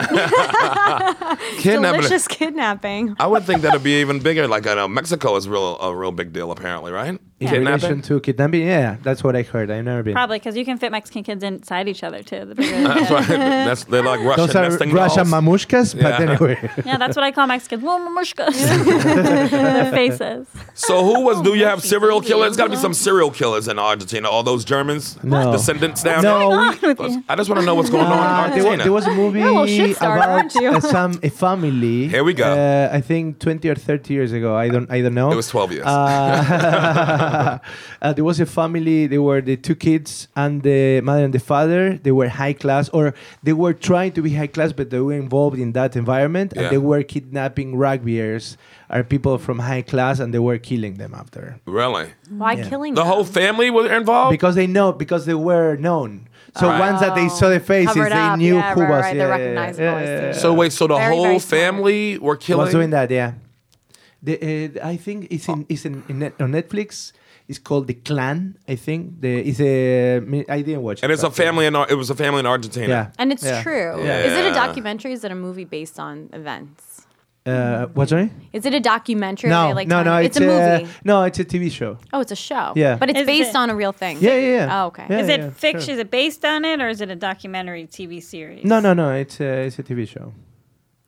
Speaker 6: Kidnapping. Uh,
Speaker 10: Delicious kidnapping.
Speaker 6: I would think that'd be even bigger. Like I know Mexico is real a real big deal apparently, right?
Speaker 9: in relation to kidnapping yeah that's what I heard I've never been
Speaker 7: Probably because you can fit Mexican kids inside each other too. The bigger [laughs] the
Speaker 6: That's right. [laughs] That's they're like Russian
Speaker 9: those are
Speaker 6: nesting
Speaker 9: Russian
Speaker 6: dolls.
Speaker 9: mamushkas but
Speaker 6: Yeah. [laughs]
Speaker 9: anyway
Speaker 7: Yeah, that's what I call Mexicans. Well,
Speaker 9: [laughs]
Speaker 7: mamushkas. [laughs] Their faces.
Speaker 6: so who was? Do you have serial killers? There's got to be some serial killers in Argentina. All those Germans,
Speaker 9: No.
Speaker 6: descendants down
Speaker 9: no we,
Speaker 6: there. I just want to know what's going on
Speaker 9: Uh,
Speaker 6: in
Speaker 9: there,
Speaker 6: Argentina.
Speaker 9: was, there was
Speaker 10: [laughs]
Speaker 9: a movie
Speaker 10: You're a little Ah, shit starter,
Speaker 9: about
Speaker 10: aren't you?
Speaker 9: uh, some a family.
Speaker 6: Here we go.
Speaker 9: Uh, I think twenty or thirty years ago. I don't. I don't know.
Speaker 6: It was 12 years.
Speaker 9: Uh, [laughs] uh, there was a family. They were the two kids and the mother and the father. They were high class, or they were trying to be high class, but they were involved in that environment,
Speaker 6: Yeah.
Speaker 9: and they were kidnapping rugbyers or people from high class, and they were killing them after
Speaker 6: really?
Speaker 10: Why killing
Speaker 6: The
Speaker 10: them?
Speaker 6: whole family was
Speaker 10: Oh.
Speaker 6: involved.
Speaker 9: because they know because they were known. So
Speaker 6: Right.
Speaker 9: once that they saw the faces,
Speaker 10: Covered
Speaker 9: they
Speaker 10: up.
Speaker 9: knew
Speaker 10: Yeah,
Speaker 9: who
Speaker 10: right,
Speaker 9: was.
Speaker 10: right.
Speaker 9: yeah,
Speaker 10: They're
Speaker 9: yeah,
Speaker 10: recognizable.
Speaker 9: yeah,
Speaker 10: I see.
Speaker 9: yeah.
Speaker 6: so wait, so the
Speaker 10: Very,
Speaker 6: whole
Speaker 10: very smart.
Speaker 6: family were killing.
Speaker 9: was doing that, yeah. The, uh, I think it's in it's in, in net, on Netflix. It's called The Clan. I think the it's a mi- I didn't watch.
Speaker 6: And
Speaker 9: it,
Speaker 6: it's a
Speaker 9: but-
Speaker 6: family in Ar- it was a family in Argentina.
Speaker 9: Yeah,
Speaker 10: And it's
Speaker 9: yeah.
Speaker 10: true.
Speaker 6: Yeah.
Speaker 10: Is it
Speaker 6: Yeah.
Speaker 10: a documentary? Is it a movie based on events?
Speaker 9: Uh, what's sorry?
Speaker 10: Is it a documentary? Are
Speaker 9: No,
Speaker 10: they, like,
Speaker 9: no, no.
Speaker 10: telling-
Speaker 9: It's,
Speaker 10: a movie.
Speaker 9: no, it's a TV show.
Speaker 10: Oh, it's a show.
Speaker 9: Yeah.
Speaker 10: But it's
Speaker 7: Is
Speaker 10: based
Speaker 7: it-
Speaker 10: on a real thing.
Speaker 9: Yeah, yeah, yeah.
Speaker 10: Oh, okay.
Speaker 9: Yeah,
Speaker 7: Is
Speaker 9: yeah,
Speaker 7: it fiction?
Speaker 9: sure.
Speaker 7: Is it based on it, or is it a documentary TV series?
Speaker 9: No, no, no. It's a, it's a TV show.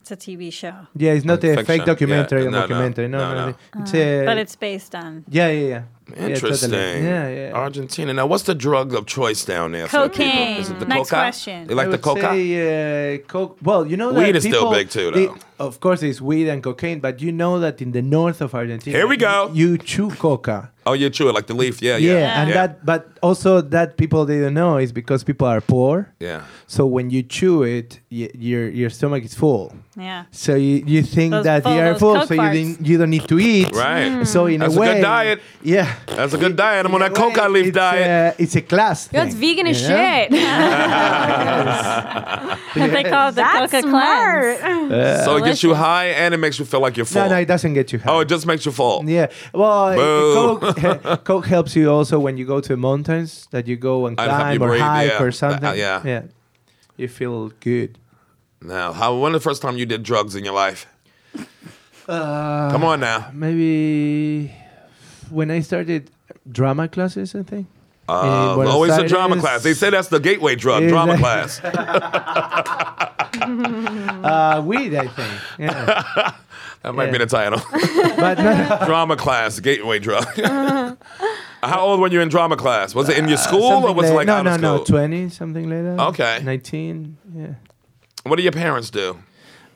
Speaker 7: It's a TV show,
Speaker 9: Yeah, it's not a
Speaker 6: Fiction,
Speaker 9: fake documentary
Speaker 6: yeah.
Speaker 9: or
Speaker 6: No, no,
Speaker 9: documentary. No,
Speaker 6: no,
Speaker 9: no.
Speaker 6: no.
Speaker 10: Ah.
Speaker 9: It's a,
Speaker 7: but it's based on
Speaker 9: yeah, yeah, yeah. Yeah,
Speaker 6: Interesting.
Speaker 9: totally. Yeah, yeah.
Speaker 6: Argentina. Now, what's the drug of choice down there? for the people?
Speaker 7: Cocaine.
Speaker 6: Is it the
Speaker 7: Next
Speaker 6: coca?
Speaker 7: question.
Speaker 6: They like the
Speaker 9: I would
Speaker 6: coca.
Speaker 9: Say, uh, coke. Well, you know that
Speaker 6: Weed is still
Speaker 9: people-
Speaker 6: big too,
Speaker 9: they-
Speaker 6: though.
Speaker 9: of course, it's weed and cocaine, but you know that in the north of Argentina,
Speaker 6: Here we go.
Speaker 9: You, you chew coca.
Speaker 6: Oh, you chew it like the leaf. Yeah, yeah.
Speaker 9: Yeah, and
Speaker 6: yeah.
Speaker 9: that, but also that people they don't know is because people are poor.
Speaker 6: Yeah.
Speaker 9: So when you chew it, y- your your stomach is full.
Speaker 7: yeah.
Speaker 9: So you, you think
Speaker 7: Those
Speaker 9: that
Speaker 7: full-
Speaker 9: you are
Speaker 7: those
Speaker 9: full,
Speaker 7: Coke
Speaker 9: so you
Speaker 7: farts.
Speaker 9: didn't, you don't need to eat.
Speaker 6: Right. Mm.
Speaker 9: So in
Speaker 6: That's a
Speaker 9: a
Speaker 6: good
Speaker 9: way,
Speaker 6: diet.
Speaker 9: Yeah.
Speaker 6: That's a good diet. I'm on
Speaker 9: In
Speaker 6: that
Speaker 9: a way,
Speaker 6: coca leaf
Speaker 9: it's uh,
Speaker 6: diet.
Speaker 9: A, it's a class.
Speaker 10: Yo, it's
Speaker 9: thing,
Speaker 10: vegan as
Speaker 9: you know?
Speaker 10: shit. [laughs]
Speaker 7: They call it the
Speaker 10: That's
Speaker 7: Coca
Speaker 10: smart.
Speaker 7: Cleanse.
Speaker 6: so it gets you high and it makes you feel like you're full.
Speaker 9: No, no, it doesn't get you high.
Speaker 6: oh, it just makes you full.
Speaker 9: Yeah. Well, it-
Speaker 6: [laughs] Boo.
Speaker 9: Coke, Coke helps you also when you go to the mountains that you go and
Speaker 6: It'll help you
Speaker 9: climb or
Speaker 6: breathe,
Speaker 9: hike
Speaker 6: yeah. Uh,
Speaker 9: or something.
Speaker 6: yeah.
Speaker 9: Yeah. You feel good.
Speaker 6: Now, how? When the first time you did drugs in your life?
Speaker 9: Uh,
Speaker 6: Come on now.
Speaker 9: Maybe when I started drama classes, I think.
Speaker 6: Uh, always the drama class. They say that's the gateway drug,
Speaker 9: Is
Speaker 6: drama
Speaker 9: that- [laughs]
Speaker 6: class.
Speaker 9: Uh, weed, I think.
Speaker 6: [laughs]
Speaker 9: Yeah.
Speaker 6: That might
Speaker 9: Yeah. [laughs]
Speaker 6: be the title.
Speaker 9: but no,
Speaker 6: drama class, gateway drug. [laughs] How old were you in drama class? Was it in your school or
Speaker 9: Uh, Something
Speaker 6: was it like
Speaker 9: like- no,
Speaker 6: out
Speaker 9: no,
Speaker 6: of
Speaker 9: no,
Speaker 6: school?
Speaker 9: twenty something later.
Speaker 6: Okay.
Speaker 9: nineteen. Yeah.
Speaker 6: What do your parents do?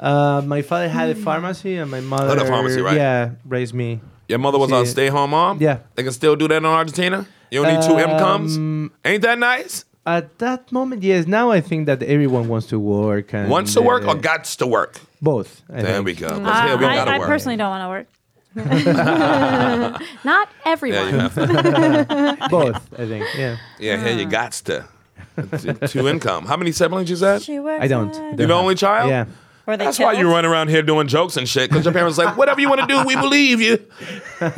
Speaker 9: Uh, my father had a pharmacy, and my mother.
Speaker 6: pharmacy, right.
Speaker 9: Yeah, raised me.
Speaker 6: Your mother was
Speaker 9: She-
Speaker 6: a stay-home mom.
Speaker 9: Yeah.
Speaker 6: they can still do that in Argentina. You don't need two incomes.
Speaker 9: Um,
Speaker 6: Ain't that nice?
Speaker 9: At that moment, yes. Now I think that everyone wants to work and
Speaker 6: Wants to work
Speaker 9: uh,
Speaker 6: or gots to work?
Speaker 9: both. I
Speaker 6: There
Speaker 9: think.
Speaker 6: we go. 'Cause
Speaker 7: I,
Speaker 6: here we gotta
Speaker 7: Mm. Uh, I
Speaker 6: work.
Speaker 7: personally don't want to work.
Speaker 10: Not
Speaker 6: yeah,
Speaker 10: everyone.
Speaker 6: you have to.
Speaker 9: Both, I think. Yeah.
Speaker 6: yeah, here
Speaker 7: Ah.
Speaker 6: you gots to. Two income. How many siblings you said?
Speaker 7: She works
Speaker 9: I don't.
Speaker 7: at-
Speaker 9: I
Speaker 6: You
Speaker 9: don't
Speaker 6: the
Speaker 9: have-
Speaker 6: only child?
Speaker 9: Yeah.
Speaker 7: Were they
Speaker 6: That's why you
Speaker 7: killed?
Speaker 6: run around here doing jokes and shit. Because your parents like, whatever you want to do, we believe you.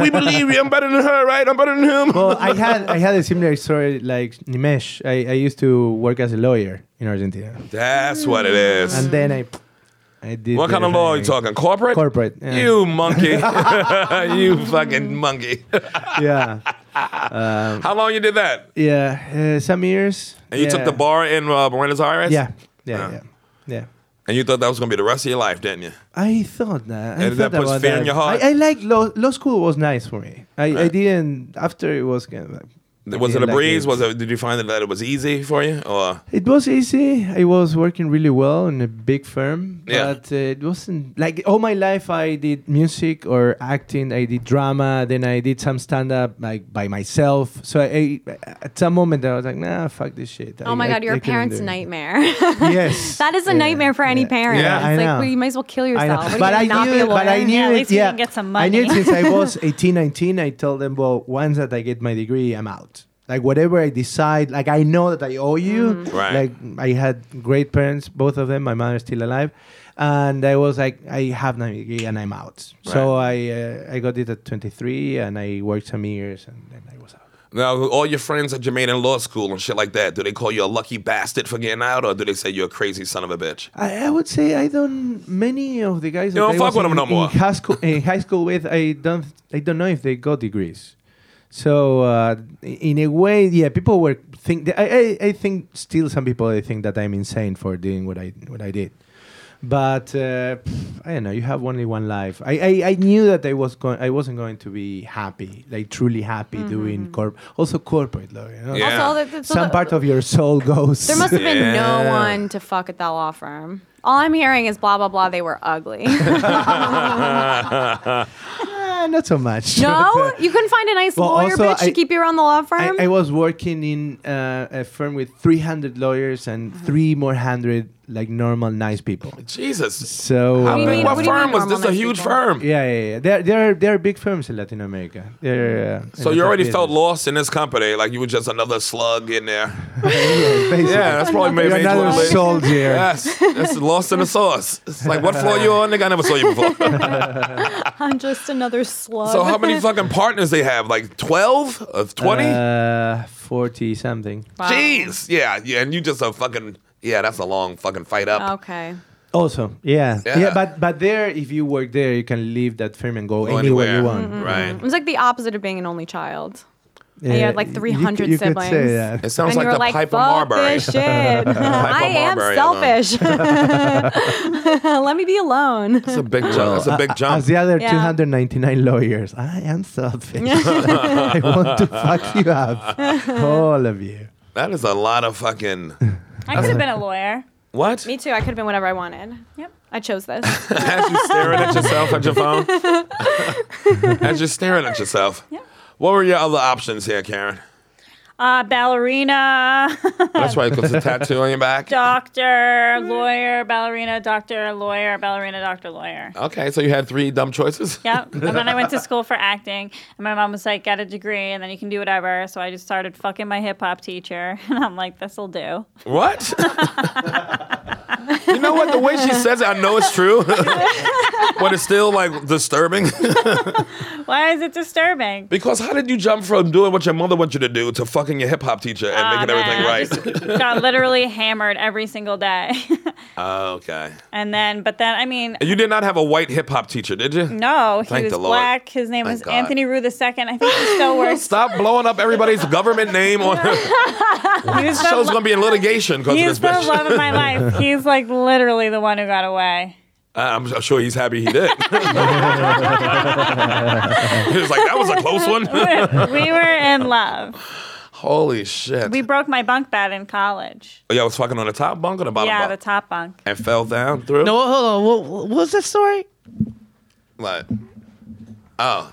Speaker 6: We believe you. I'm better than her, right? I'm better than him.
Speaker 9: Well, I had I had a similar story like Nimesh. I, I used to work as a lawyer in Argentina,
Speaker 6: That's what it is.
Speaker 9: and then I I did.
Speaker 6: what kind of law are you
Speaker 9: everything.
Speaker 6: talking? Corporate?
Speaker 9: Corporate, yeah.
Speaker 6: You monkey. [laughs] you fucking monkey.
Speaker 9: Yeah,
Speaker 6: How long you did that?
Speaker 9: yeah. Uh, some years.
Speaker 6: And you took
Speaker 9: Yeah.
Speaker 6: the bar in uh, Buenos Aires?
Speaker 9: Yeah, yeah,
Speaker 6: Uh.
Speaker 9: yeah, yeah.
Speaker 6: And you thought that was going to be the rest of your life, didn't you?
Speaker 9: I thought that. I
Speaker 6: And that
Speaker 9: thought
Speaker 6: puts
Speaker 9: about
Speaker 6: fear in your heart?
Speaker 9: I, I like law. Law school was nice for me. I, I didn't after it was kind of. Like, I
Speaker 6: was it
Speaker 9: didn't
Speaker 6: a
Speaker 9: like
Speaker 6: breeze? Was it, did you find that it was easy for you? Or
Speaker 9: It was easy. I was working really well in a big firm,
Speaker 6: Yeah.
Speaker 9: but uh, it wasn't like all my life. I did music or acting. I did drama. Then I did some stand up like by myself. So I, at some moment I was like, nah, fuck this shit.
Speaker 10: Oh
Speaker 9: I-
Speaker 10: my
Speaker 9: I-
Speaker 10: god, you're
Speaker 9: I
Speaker 10: a
Speaker 9: couldn't
Speaker 10: parent's
Speaker 9: do it.
Speaker 10: nightmare. [laughs]
Speaker 9: Yes,
Speaker 10: that is a
Speaker 9: Yeah.
Speaker 10: nightmare for any
Speaker 9: Yeah.
Speaker 10: parent.
Speaker 6: Yeah,
Speaker 10: it's
Speaker 9: I
Speaker 10: like
Speaker 9: know.
Speaker 10: well, you might as well kill
Speaker 9: I
Speaker 10: yourself.
Speaker 9: know. But
Speaker 10: What are you
Speaker 9: I
Speaker 10: gonna not
Speaker 9: knew,
Speaker 10: be a
Speaker 9: it- but I
Speaker 10: lawyer?
Speaker 9: knew
Speaker 7: Yeah, at
Speaker 9: it.
Speaker 7: least we
Speaker 9: yeah,
Speaker 7: can get some
Speaker 9: I knew it
Speaker 7: money.
Speaker 9: since
Speaker 7: [laughs]
Speaker 9: I was 18, 19. I told them, well, once that I get my degree, I'm out. Like whatever I decide, like I know that I owe you.
Speaker 10: Mm-hmm.
Speaker 6: Right.
Speaker 9: Like I had great parents, both of them. My mother's still alive, and I was like, I have my degree and I'm out. So I uh, I got it at 23, and I worked some years, and then I was out.
Speaker 6: now, all your friends at Jamaican law school and shit like that, do they call you a lucky bastard for getting out, or do they say you're a crazy son of a bitch?
Speaker 9: I, I would say I don't. Many of the guys
Speaker 6: You
Speaker 9: that
Speaker 6: don't
Speaker 9: I
Speaker 6: fuck
Speaker 9: was
Speaker 6: with them
Speaker 9: in,
Speaker 6: no
Speaker 9: in
Speaker 6: more.
Speaker 9: high school, in high school with I don't. I don't know if they got degrees. So uh, in a way, yeah, people were think. I, I I think still some people they think that I'm insane for doing what I what I did. But uh, pff, I don't know. You have only one life. I, I, I knew that I was going. I wasn't going to be happy, like truly happy, doing corp. Also corporate law. You know?
Speaker 6: Yeah.
Speaker 10: Mm-hmm. Also, all the- so
Speaker 9: Some
Speaker 10: the-
Speaker 9: part of your soul goes.
Speaker 10: There must have been
Speaker 6: Yeah.
Speaker 10: no one to fuck at that law firm. All I'm hearing is blah blah blah. They were
Speaker 9: [laughs]
Speaker 10: ugly.
Speaker 9: Eh, [laughs] not so much.
Speaker 10: no, you couldn't find a nice
Speaker 9: Well,
Speaker 10: lawyer
Speaker 9: also,
Speaker 10: bitch
Speaker 9: I-
Speaker 10: to keep you around the law firm.
Speaker 9: I, I was working in uh, a firm with 300 lawyers and three more hundred like normal nice people.
Speaker 6: Jesus.
Speaker 9: So uh,
Speaker 6: How
Speaker 10: do you
Speaker 6: big
Speaker 10: mean-
Speaker 6: what
Speaker 10: what do you
Speaker 6: firm
Speaker 10: mean
Speaker 6: was this? A
Speaker 10: normal
Speaker 6: huge
Speaker 10: people?
Speaker 6: firm.
Speaker 9: yeah, yeah, yeah. There, there, are, there are big firms in Latin America. They're, uh,
Speaker 6: So
Speaker 9: in
Speaker 6: you
Speaker 9: the
Speaker 6: already
Speaker 9: top
Speaker 6: felt
Speaker 9: business.
Speaker 6: lost in this company, like you were just another slug in there.
Speaker 9: Yeah, basically.
Speaker 6: Yeah, that's probably
Speaker 9: You're
Speaker 6: maybe
Speaker 9: another
Speaker 6: what it is.
Speaker 9: soldier.
Speaker 6: Yes,
Speaker 9: [laughs]
Speaker 6: that's lost in the sauce. It's like what floor you on? Nigga, I never saw you before.
Speaker 9: [laughs]
Speaker 10: I'm just another slug.
Speaker 6: so how many fucking partners they have? Like twelve of twenty?
Speaker 9: Uh, 40 something.
Speaker 10: Wow.
Speaker 6: Jeez, yeah, yeah, and you just a fucking yeah. That's a long fucking fight up.
Speaker 10: Okay.
Speaker 9: Also, yeah.
Speaker 6: Yeah.
Speaker 9: yeah. but but there, if you work there, you can leave that firm and go,
Speaker 6: Go
Speaker 9: anywhere. you want.
Speaker 10: It
Speaker 6: right?
Speaker 10: was like the opposite of being an only child.
Speaker 9: Yeah,
Speaker 10: had, like,
Speaker 9: you-
Speaker 10: 300
Speaker 9: you, could- you Could say
Speaker 10: siblings.
Speaker 9: that.
Speaker 6: It sounds
Speaker 10: and
Speaker 6: like
Speaker 10: you were
Speaker 6: the
Speaker 10: like,
Speaker 6: Piper
Speaker 10: fuck
Speaker 6: Marbury. [laughs]
Speaker 10: this shit. I am
Speaker 6: Marbury
Speaker 10: selfish. [laughs] Let me be alone.
Speaker 6: That's a big jump. That's a big
Speaker 9: As
Speaker 6: jump.
Speaker 9: the other
Speaker 10: Yeah.
Speaker 9: 299 lawyers, I am
Speaker 7: [laughs]
Speaker 9: selfish. [laughs] I want to fuck you up, all of you.
Speaker 6: That is a lot of fucking
Speaker 7: I
Speaker 6: Uh-huh.
Speaker 7: could have been a lawyer.
Speaker 6: what? [laughs]
Speaker 10: [laughs] Me too. I could have been whatever I wanted.
Speaker 7: Yep.
Speaker 10: I chose this.
Speaker 6: As you're staring at yourself at your phone. As you're staring at yourself. What were your other options here, Karen?
Speaker 7: Uh,
Speaker 6: [laughs]
Speaker 7: ballerina,
Speaker 6: That's right, because the tattoo on your back.
Speaker 7: doctor, lawyer, ballerina, doctor, lawyer, ballerina, doctor, lawyer.
Speaker 6: Okay, so you had three dumb choices.
Speaker 7: Yep. And then I went
Speaker 6: [laughs]
Speaker 7: to school for acting, and my mom was like, "Get a degree, and then you can do whatever." So I just started fucking my hip hop teacher, [laughs] and I'm like, "This'll do."
Speaker 6: What? you know what? The way she says it, I know it's true, [laughs] but it's still like disturbing. [laughs]
Speaker 7: Why is it disturbing?
Speaker 6: because how did you jump from doing what your mother wants you to do to fucking your hip hop teacher and making everything right?
Speaker 7: right. got literally hammered every single day, [laughs]
Speaker 6: okay.
Speaker 7: and then, but then, I mean,
Speaker 6: And you did not have a white hip hop teacher, did you?
Speaker 7: no, he
Speaker 6: Thank
Speaker 7: was
Speaker 6: the Lord.
Speaker 7: black. His name
Speaker 6: Thank
Speaker 7: was
Speaker 6: God.
Speaker 7: Anthony Rue II. I think he
Speaker 6: [laughs]
Speaker 7: still works.
Speaker 6: Stop blowing up everybody's government name
Speaker 7: [laughs]
Speaker 6: on. [laughs]
Speaker 7: He was the
Speaker 6: show's gonna be in litigation because
Speaker 7: He's
Speaker 6: of this
Speaker 7: the
Speaker 6: bitch. [laughs]
Speaker 7: love of my life. He's like literally the one who got away.
Speaker 6: I- I'm I'm sure he's happy he
Speaker 7: [laughs]
Speaker 6: did. [laughs] he was like, that was a close
Speaker 7: [laughs]
Speaker 6: one.
Speaker 7: we
Speaker 6: [laughs]
Speaker 7: were in love.
Speaker 6: Holy shit.
Speaker 7: We broke my bunk bed in college.
Speaker 6: Oh, yeah, I was fucking on the top bunk or the bottom
Speaker 7: yeah, the
Speaker 6: bunk?
Speaker 7: top bunk.
Speaker 6: and fell down through?
Speaker 4: No, hold on. What, what was that story?
Speaker 6: Like, oh,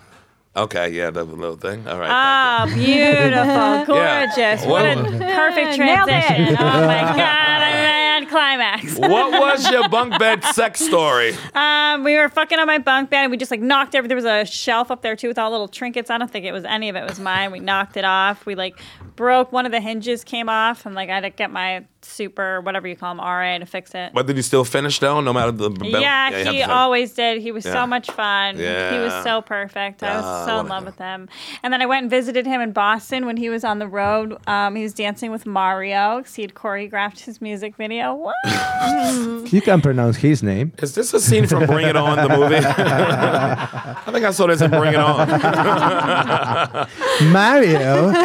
Speaker 6: okay, yeah, the little thing. All right. thank
Speaker 7: Oh,
Speaker 6: [laughs]
Speaker 7: beautiful, gorgeous! What a
Speaker 6: Whoa.
Speaker 7: perfect
Speaker 10: Nailed it.
Speaker 7: transition! Oh
Speaker 6: [laughs]
Speaker 7: my god, I had climax.
Speaker 6: you. [laughs] What was your bunk bed sex story?
Speaker 7: Um, we were fucking on my bunk bed, and we just like knocked every. There was a shelf up there too with all little trinkets. I don't think it was any of it was mine. We knocked it off. We like broke one of the hinges came off, and like I had to get my super whatever you call them RA to fix it.
Speaker 6: But did you still finish though, no matter the bed?
Speaker 7: Yeah,
Speaker 6: you have
Speaker 7: he
Speaker 6: to finish.
Speaker 7: always did. He was
Speaker 6: Yeah.
Speaker 7: so much fun. He
Speaker 6: Yeah.
Speaker 7: was so perfect. I
Speaker 6: Ah, I
Speaker 7: was so in
Speaker 6: wanna
Speaker 7: love
Speaker 6: go.
Speaker 7: with him. And then I went and visited him in Boston when he was on the road. Um, he was dancing with Mario because he had choreographed his music video.
Speaker 6: [laughs]
Speaker 7: What?
Speaker 9: You can pronounce his name.
Speaker 6: Is this a scene from Bring It On, the
Speaker 7: [laughs]
Speaker 6: movie? [laughs] I think I saw this in Bring It On.
Speaker 9: Mario.
Speaker 6: [laughs]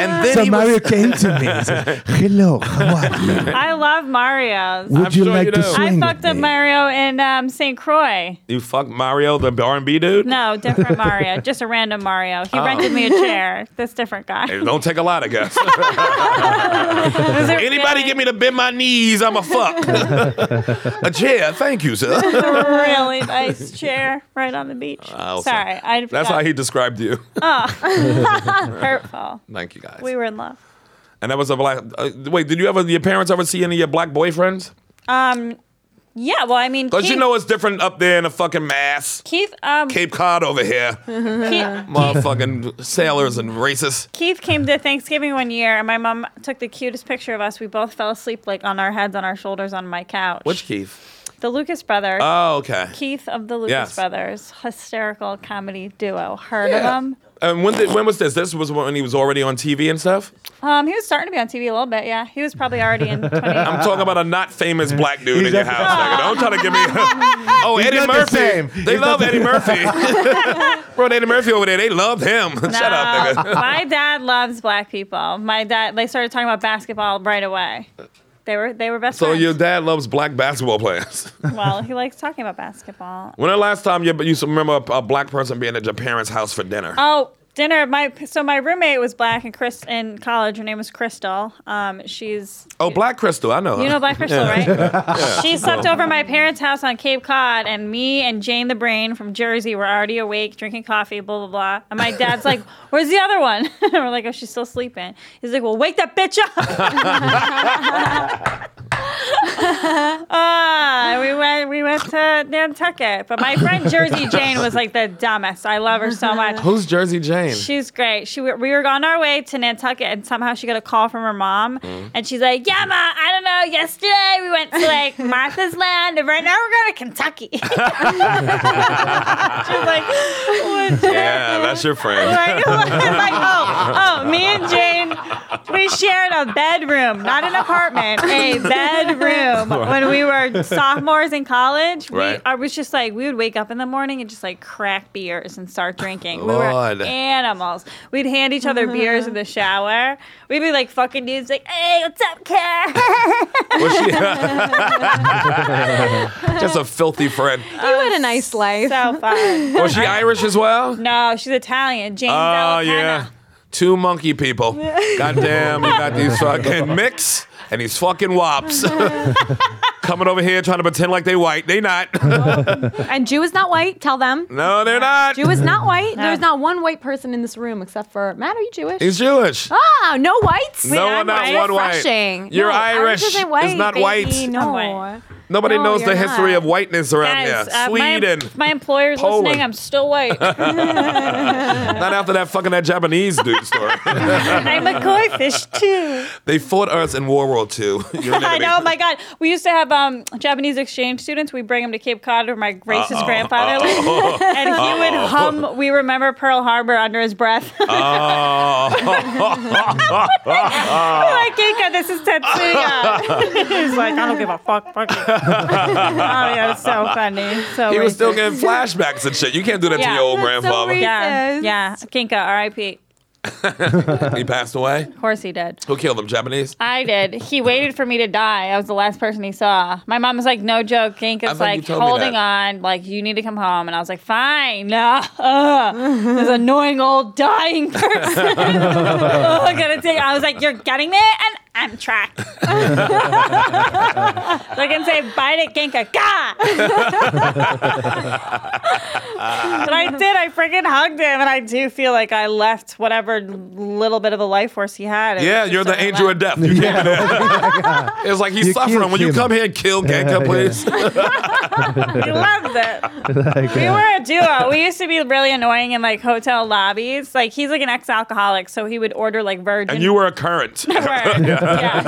Speaker 6: And then
Speaker 9: so
Speaker 6: he was-
Speaker 9: Mario came to me
Speaker 6: [laughs]
Speaker 9: and said, Hello, how are you?
Speaker 7: I love Mario.
Speaker 9: Would
Speaker 6: I'm
Speaker 9: you
Speaker 6: sure
Speaker 9: like
Speaker 6: you
Speaker 9: to
Speaker 6: know. I
Speaker 9: swing
Speaker 7: I
Speaker 9: with
Speaker 7: fucked up
Speaker 9: [laughs] me?"
Speaker 7: Mario in um, St. Croix.
Speaker 6: You fuck Mario, the R&B dude?
Speaker 7: No, different
Speaker 6: [laughs]
Speaker 7: Mario. Just a random Mario.
Speaker 6: Oh.
Speaker 7: He rented me a chair. This different guy. [laughs]
Speaker 6: It don't take a lot, I guess.
Speaker 7: Was there
Speaker 6: Anybody
Speaker 7: really-
Speaker 6: get me to bend my knees, I'm a fuck. a chair, thank you, sir.
Speaker 7: [laughs] really
Speaker 6: [laughs]
Speaker 7: nice chair right on the beach.
Speaker 6: I'll say-
Speaker 7: Sorry, I
Speaker 6: That's how he described you.
Speaker 7: hurtful.
Speaker 6: Thank you, guys.
Speaker 7: We were in love.
Speaker 6: and that was a black. Uh, wait, did you ever? Your parents ever see any of your black boyfriends?
Speaker 7: Um, yeah. Well, I mean,
Speaker 6: Cause
Speaker 7: Keith,
Speaker 6: you know it's different up there in the fucking mass.
Speaker 7: Keith. Um,
Speaker 6: Cape Cod over here,
Speaker 7: [laughs] Keith,
Speaker 6: motherfucking sailors and racists.
Speaker 7: Keith came to Thanksgiving one year, and my mom took the cutest picture of us. We both fell asleep like on our heads, on our shoulders, on my couch.
Speaker 6: Which Keith?
Speaker 7: the Lucas brother.
Speaker 6: Oh, okay.
Speaker 7: Keith of the Lucas
Speaker 6: Yes.
Speaker 7: Brothers, hysterical comedy duo. Heard
Speaker 6: Yeah.
Speaker 7: of him?
Speaker 6: And when did, when was this? This was when he was already on TV and stuff.
Speaker 7: Um, he was starting to be on TV a little bit. Yeah, he was probably
Speaker 6: [laughs]
Speaker 7: already in. 20-
Speaker 6: I'm talking about a not famous black dude in your
Speaker 9: not-
Speaker 6: house. nigga. Don't try to give me. [laughs] oh, Eddie
Speaker 9: not the
Speaker 6: Murphy.
Speaker 9: same.
Speaker 6: They
Speaker 9: He's
Speaker 6: love Eddie Murphy. Bro, Eddie Murphy over there. They loved him. [laughs] Shut up,
Speaker 7: No,
Speaker 6: nigga.
Speaker 7: Um, [laughs] my dad loves black people. My dad, they started talking about basketball right away. They were they were best
Speaker 6: So
Speaker 7: friends.
Speaker 6: your dad loves black basketball players. [laughs]
Speaker 7: well, he likes talking about basketball.
Speaker 6: When the last time you you remember a, a black person being at your parents' house for dinner?
Speaker 7: Oh, dinner. My so my roommate was black and Chris in college. Her name was Crystal. Um, she's
Speaker 6: oh, Black Crystal. I know. her.
Speaker 7: you know Black Crystal,
Speaker 6: [laughs] Yeah.
Speaker 7: right? she slept over at my parents' house on Cape Cod, and me and Jane the Brain from Jersey were already awake drinking coffee, blah, blah, blah. And my
Speaker 6: [laughs]
Speaker 7: dad's like, Where's the other one? [laughs] And we're like, Oh, she's still sleeping. He's like, Well, wake that bitch
Speaker 6: [laughs]
Speaker 7: up. [laughs] Ah, we went we went to Nantucket. But my friend Jersey Jane was like the dumbest. I love her so much.
Speaker 6: Who's Jersey Jane?
Speaker 7: She's great. She we were on our way to Nantucket, and somehow she got a call from her mom, and she's like, "Yeah, ma, I don't know. Yesterday we went to like Martha's Land, and right now we're going to Kentucky." [laughs] she's like, "What?" the-"
Speaker 6: yeah, that's your friend.
Speaker 7: Like, [laughs] like, oh, oh, me and Jane, we shared a bedroom, not an apartment,
Speaker 6: [laughs]
Speaker 7: a bedroom. When we were sophomores in college, we,
Speaker 6: Right.
Speaker 7: I was just like, we would wake up in the morning and just like crack beers and start drinking.
Speaker 6: Lord.
Speaker 7: We were animals. We'd hand each other beers
Speaker 6: [laughs]
Speaker 7: in the shower. We'd be like fucking dudes, like, hey, what's up, Car?
Speaker 6: Was she- [laughs]
Speaker 7: [laughs]
Speaker 6: Just a filthy friend.
Speaker 10: [laughs] You had a nice life.
Speaker 7: [laughs] so fun.
Speaker 6: Was she Irish as well?
Speaker 7: No, she's Italian. Jane
Speaker 6: Oh
Speaker 7: Della Penna.
Speaker 6: yeah, two monkey people. Goddamn, you got
Speaker 10: [laughs]
Speaker 6: these fucking mix and these fucking wops coming over here trying to pretend like they white. They
Speaker 10: [laughs]
Speaker 6: not.
Speaker 10: And Jew is not white. Tell them.
Speaker 6: no, they're not.
Speaker 10: Jew is not [laughs] white.
Speaker 7: No.
Speaker 10: There's not one white person in this room except for Matt. Are you Jewish?
Speaker 6: He's Jewish.
Speaker 10: ah, no whites.
Speaker 6: No, I'm not
Speaker 10: That's
Speaker 6: one white.
Speaker 10: refreshing.
Speaker 6: You're
Speaker 10: No,
Speaker 6: Irish.
Speaker 10: isn't
Speaker 6: It's
Speaker 10: white,
Speaker 6: not
Speaker 10: baby.
Speaker 6: white.
Speaker 10: No.
Speaker 7: I'm white.
Speaker 6: Nobody
Speaker 10: No,
Speaker 6: knows the
Speaker 10: you're
Speaker 6: history
Speaker 10: not.
Speaker 6: of whiteness around
Speaker 7: Guys,
Speaker 6: here.
Speaker 7: uh, my-
Speaker 10: [laughs]
Speaker 6: Sweden.
Speaker 7: My, employer's
Speaker 6: Poland.
Speaker 7: listening. I'm still
Speaker 6: [laughs]
Speaker 7: white.
Speaker 6: Not after that fucking that Japanese dude story.
Speaker 10: [laughs]
Speaker 7: I'm a koi fish too.
Speaker 6: they fought us in World War
Speaker 10: [laughs]
Speaker 6: II. You're an
Speaker 7: I
Speaker 6: enemy.
Speaker 7: know. Oh my God. We used to have um, Japanese exchange students. We bring them to Cape Cod, where my racist grandfather lived,
Speaker 6: [laughs]
Speaker 7: and he would hum. We remember Pearl Harbor under his breath. [laughs]
Speaker 6: Oh.
Speaker 7: like, Kika, this is Tetsuya. [laughs] He's like, I don't give a fuck. Fuck it. [laughs] oh, yeah, it's so funny. So
Speaker 6: He was
Speaker 7: racist.
Speaker 6: still getting flashbacks and shit. You can't do that to
Speaker 7: Yeah.
Speaker 6: your old
Speaker 10: That's so
Speaker 6: grandfather.
Speaker 10: weird.
Speaker 7: Yeah,
Speaker 10: Racist.
Speaker 7: yeah. Kinka, R.I.P.
Speaker 6: he passed away.
Speaker 7: Of course he did.
Speaker 6: Who killed him? Japanese.
Speaker 7: I did. He waited for me to die. I was the last person he saw. My mom was like, no joke. Genk
Speaker 6: I
Speaker 7: is
Speaker 6: thought you
Speaker 7: like
Speaker 6: told me
Speaker 7: holding
Speaker 6: that.
Speaker 7: on, like, you need to come home. And I was like, fine. [laughs] Ugh. this annoying old dying [laughs] person. Ugh, gotta take I was like, you're getting there? And I'm trapped. [laughs] so I can say, bite it, Genka. Gah! [laughs] but I did. I freaking hugged him. And I do feel like I left whatever little bit of a life force he had. It
Speaker 6: Yeah,
Speaker 7: was
Speaker 6: you're
Speaker 7: just
Speaker 6: the
Speaker 7: so
Speaker 6: angel of
Speaker 7: relaxed.
Speaker 9: [laughs]
Speaker 6: death. You came in
Speaker 9: Oh
Speaker 6: there. It's like he's
Speaker 9: You
Speaker 6: suffering.
Speaker 9: killed
Speaker 6: When you
Speaker 9: him.
Speaker 6: come here and kill Genka, please.
Speaker 7: We loved it.
Speaker 9: [laughs]
Speaker 7: we
Speaker 9: uh,
Speaker 7: were a duo. We used to be really annoying in like hotel lobbies. Like he's like an ex-alcoholic, so he would order like virgin.
Speaker 6: And you
Speaker 7: [laughs]
Speaker 6: were a current. [laughs]
Speaker 7: Word. yes,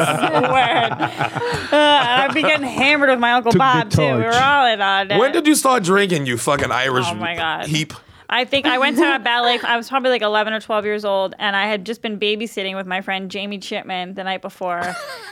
Speaker 7: word. Uh, I'd be getting hammered with my uncle
Speaker 9: Took the
Speaker 7: Bob too. We
Speaker 9: torch.
Speaker 7: were all in on it.
Speaker 6: When did you start drinking, you fucking Irish
Speaker 7: Oh my God.
Speaker 6: heap?
Speaker 7: I think I went to a ballet. I was probably like 11 or 12 years old, and I had just been babysitting with my friend Jamie Chipman the night before,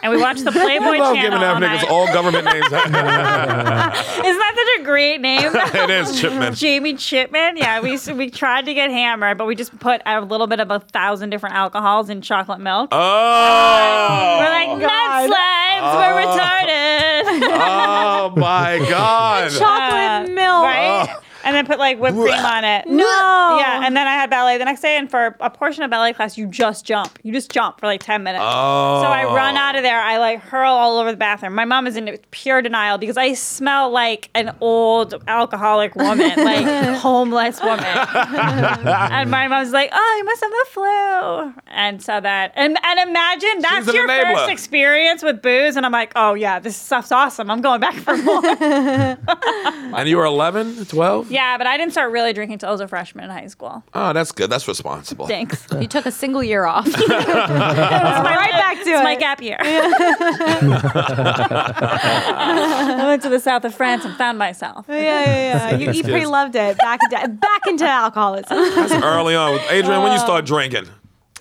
Speaker 7: and we
Speaker 6: [laughs]
Speaker 7: watched the Playboy
Speaker 6: I love
Speaker 7: Channel.
Speaker 6: giving
Speaker 7: all
Speaker 6: out niggas
Speaker 7: night.
Speaker 6: all government names. [laughs]
Speaker 7: Isn't that such a great name?
Speaker 6: it is Chipman.
Speaker 7: [laughs] Jamie Chipman. Yeah, we we tried to get hammered, but we just put a little bit of a thousand different alcohols in chocolate milk.
Speaker 6: Oh,
Speaker 7: we're like [laughs]
Speaker 4: God.
Speaker 7: not slimes, we're
Speaker 6: [laughs]
Speaker 7: retarded,
Speaker 6: oh my god.
Speaker 10: Chocolate milk.
Speaker 7: right? And then put like whipped cream on it.
Speaker 10: No.
Speaker 7: Yeah, and then I had ballet the next day, and for a portion of ballet class, you just jump. You just jump for like 10 minutes.
Speaker 6: Oh.
Speaker 7: So I run out of there. I like hurl all over the bathroom. My mom is in pure denial because I smell like an old alcoholic woman, [laughs] like homeless [laughs] woman. and my mom's like, "Oh, you must have the flu." And so that, and, and imagine that's
Speaker 6: an
Speaker 7: your
Speaker 6: enabler.
Speaker 7: first experience with booze, and I'm like, "Oh yeah, this stuff's awesome. I'm going back for [laughs] more."
Speaker 6: And you were 11, 12?
Speaker 7: yeah, but I didn't start really drinking till I was a freshman in high [laughs] school.
Speaker 6: Oh, that's good. That's responsible.
Speaker 7: Thanks.
Speaker 10: You took a single year off. right [laughs] back to
Speaker 7: It's
Speaker 10: it.
Speaker 7: my gap [laughs] year. I went to the south of France and found myself.
Speaker 10: Yeah, yeah, yeah. You, you pretty loved it. Back into, back into alcoholism.
Speaker 6: That's early on. Adrian, when you start drinking?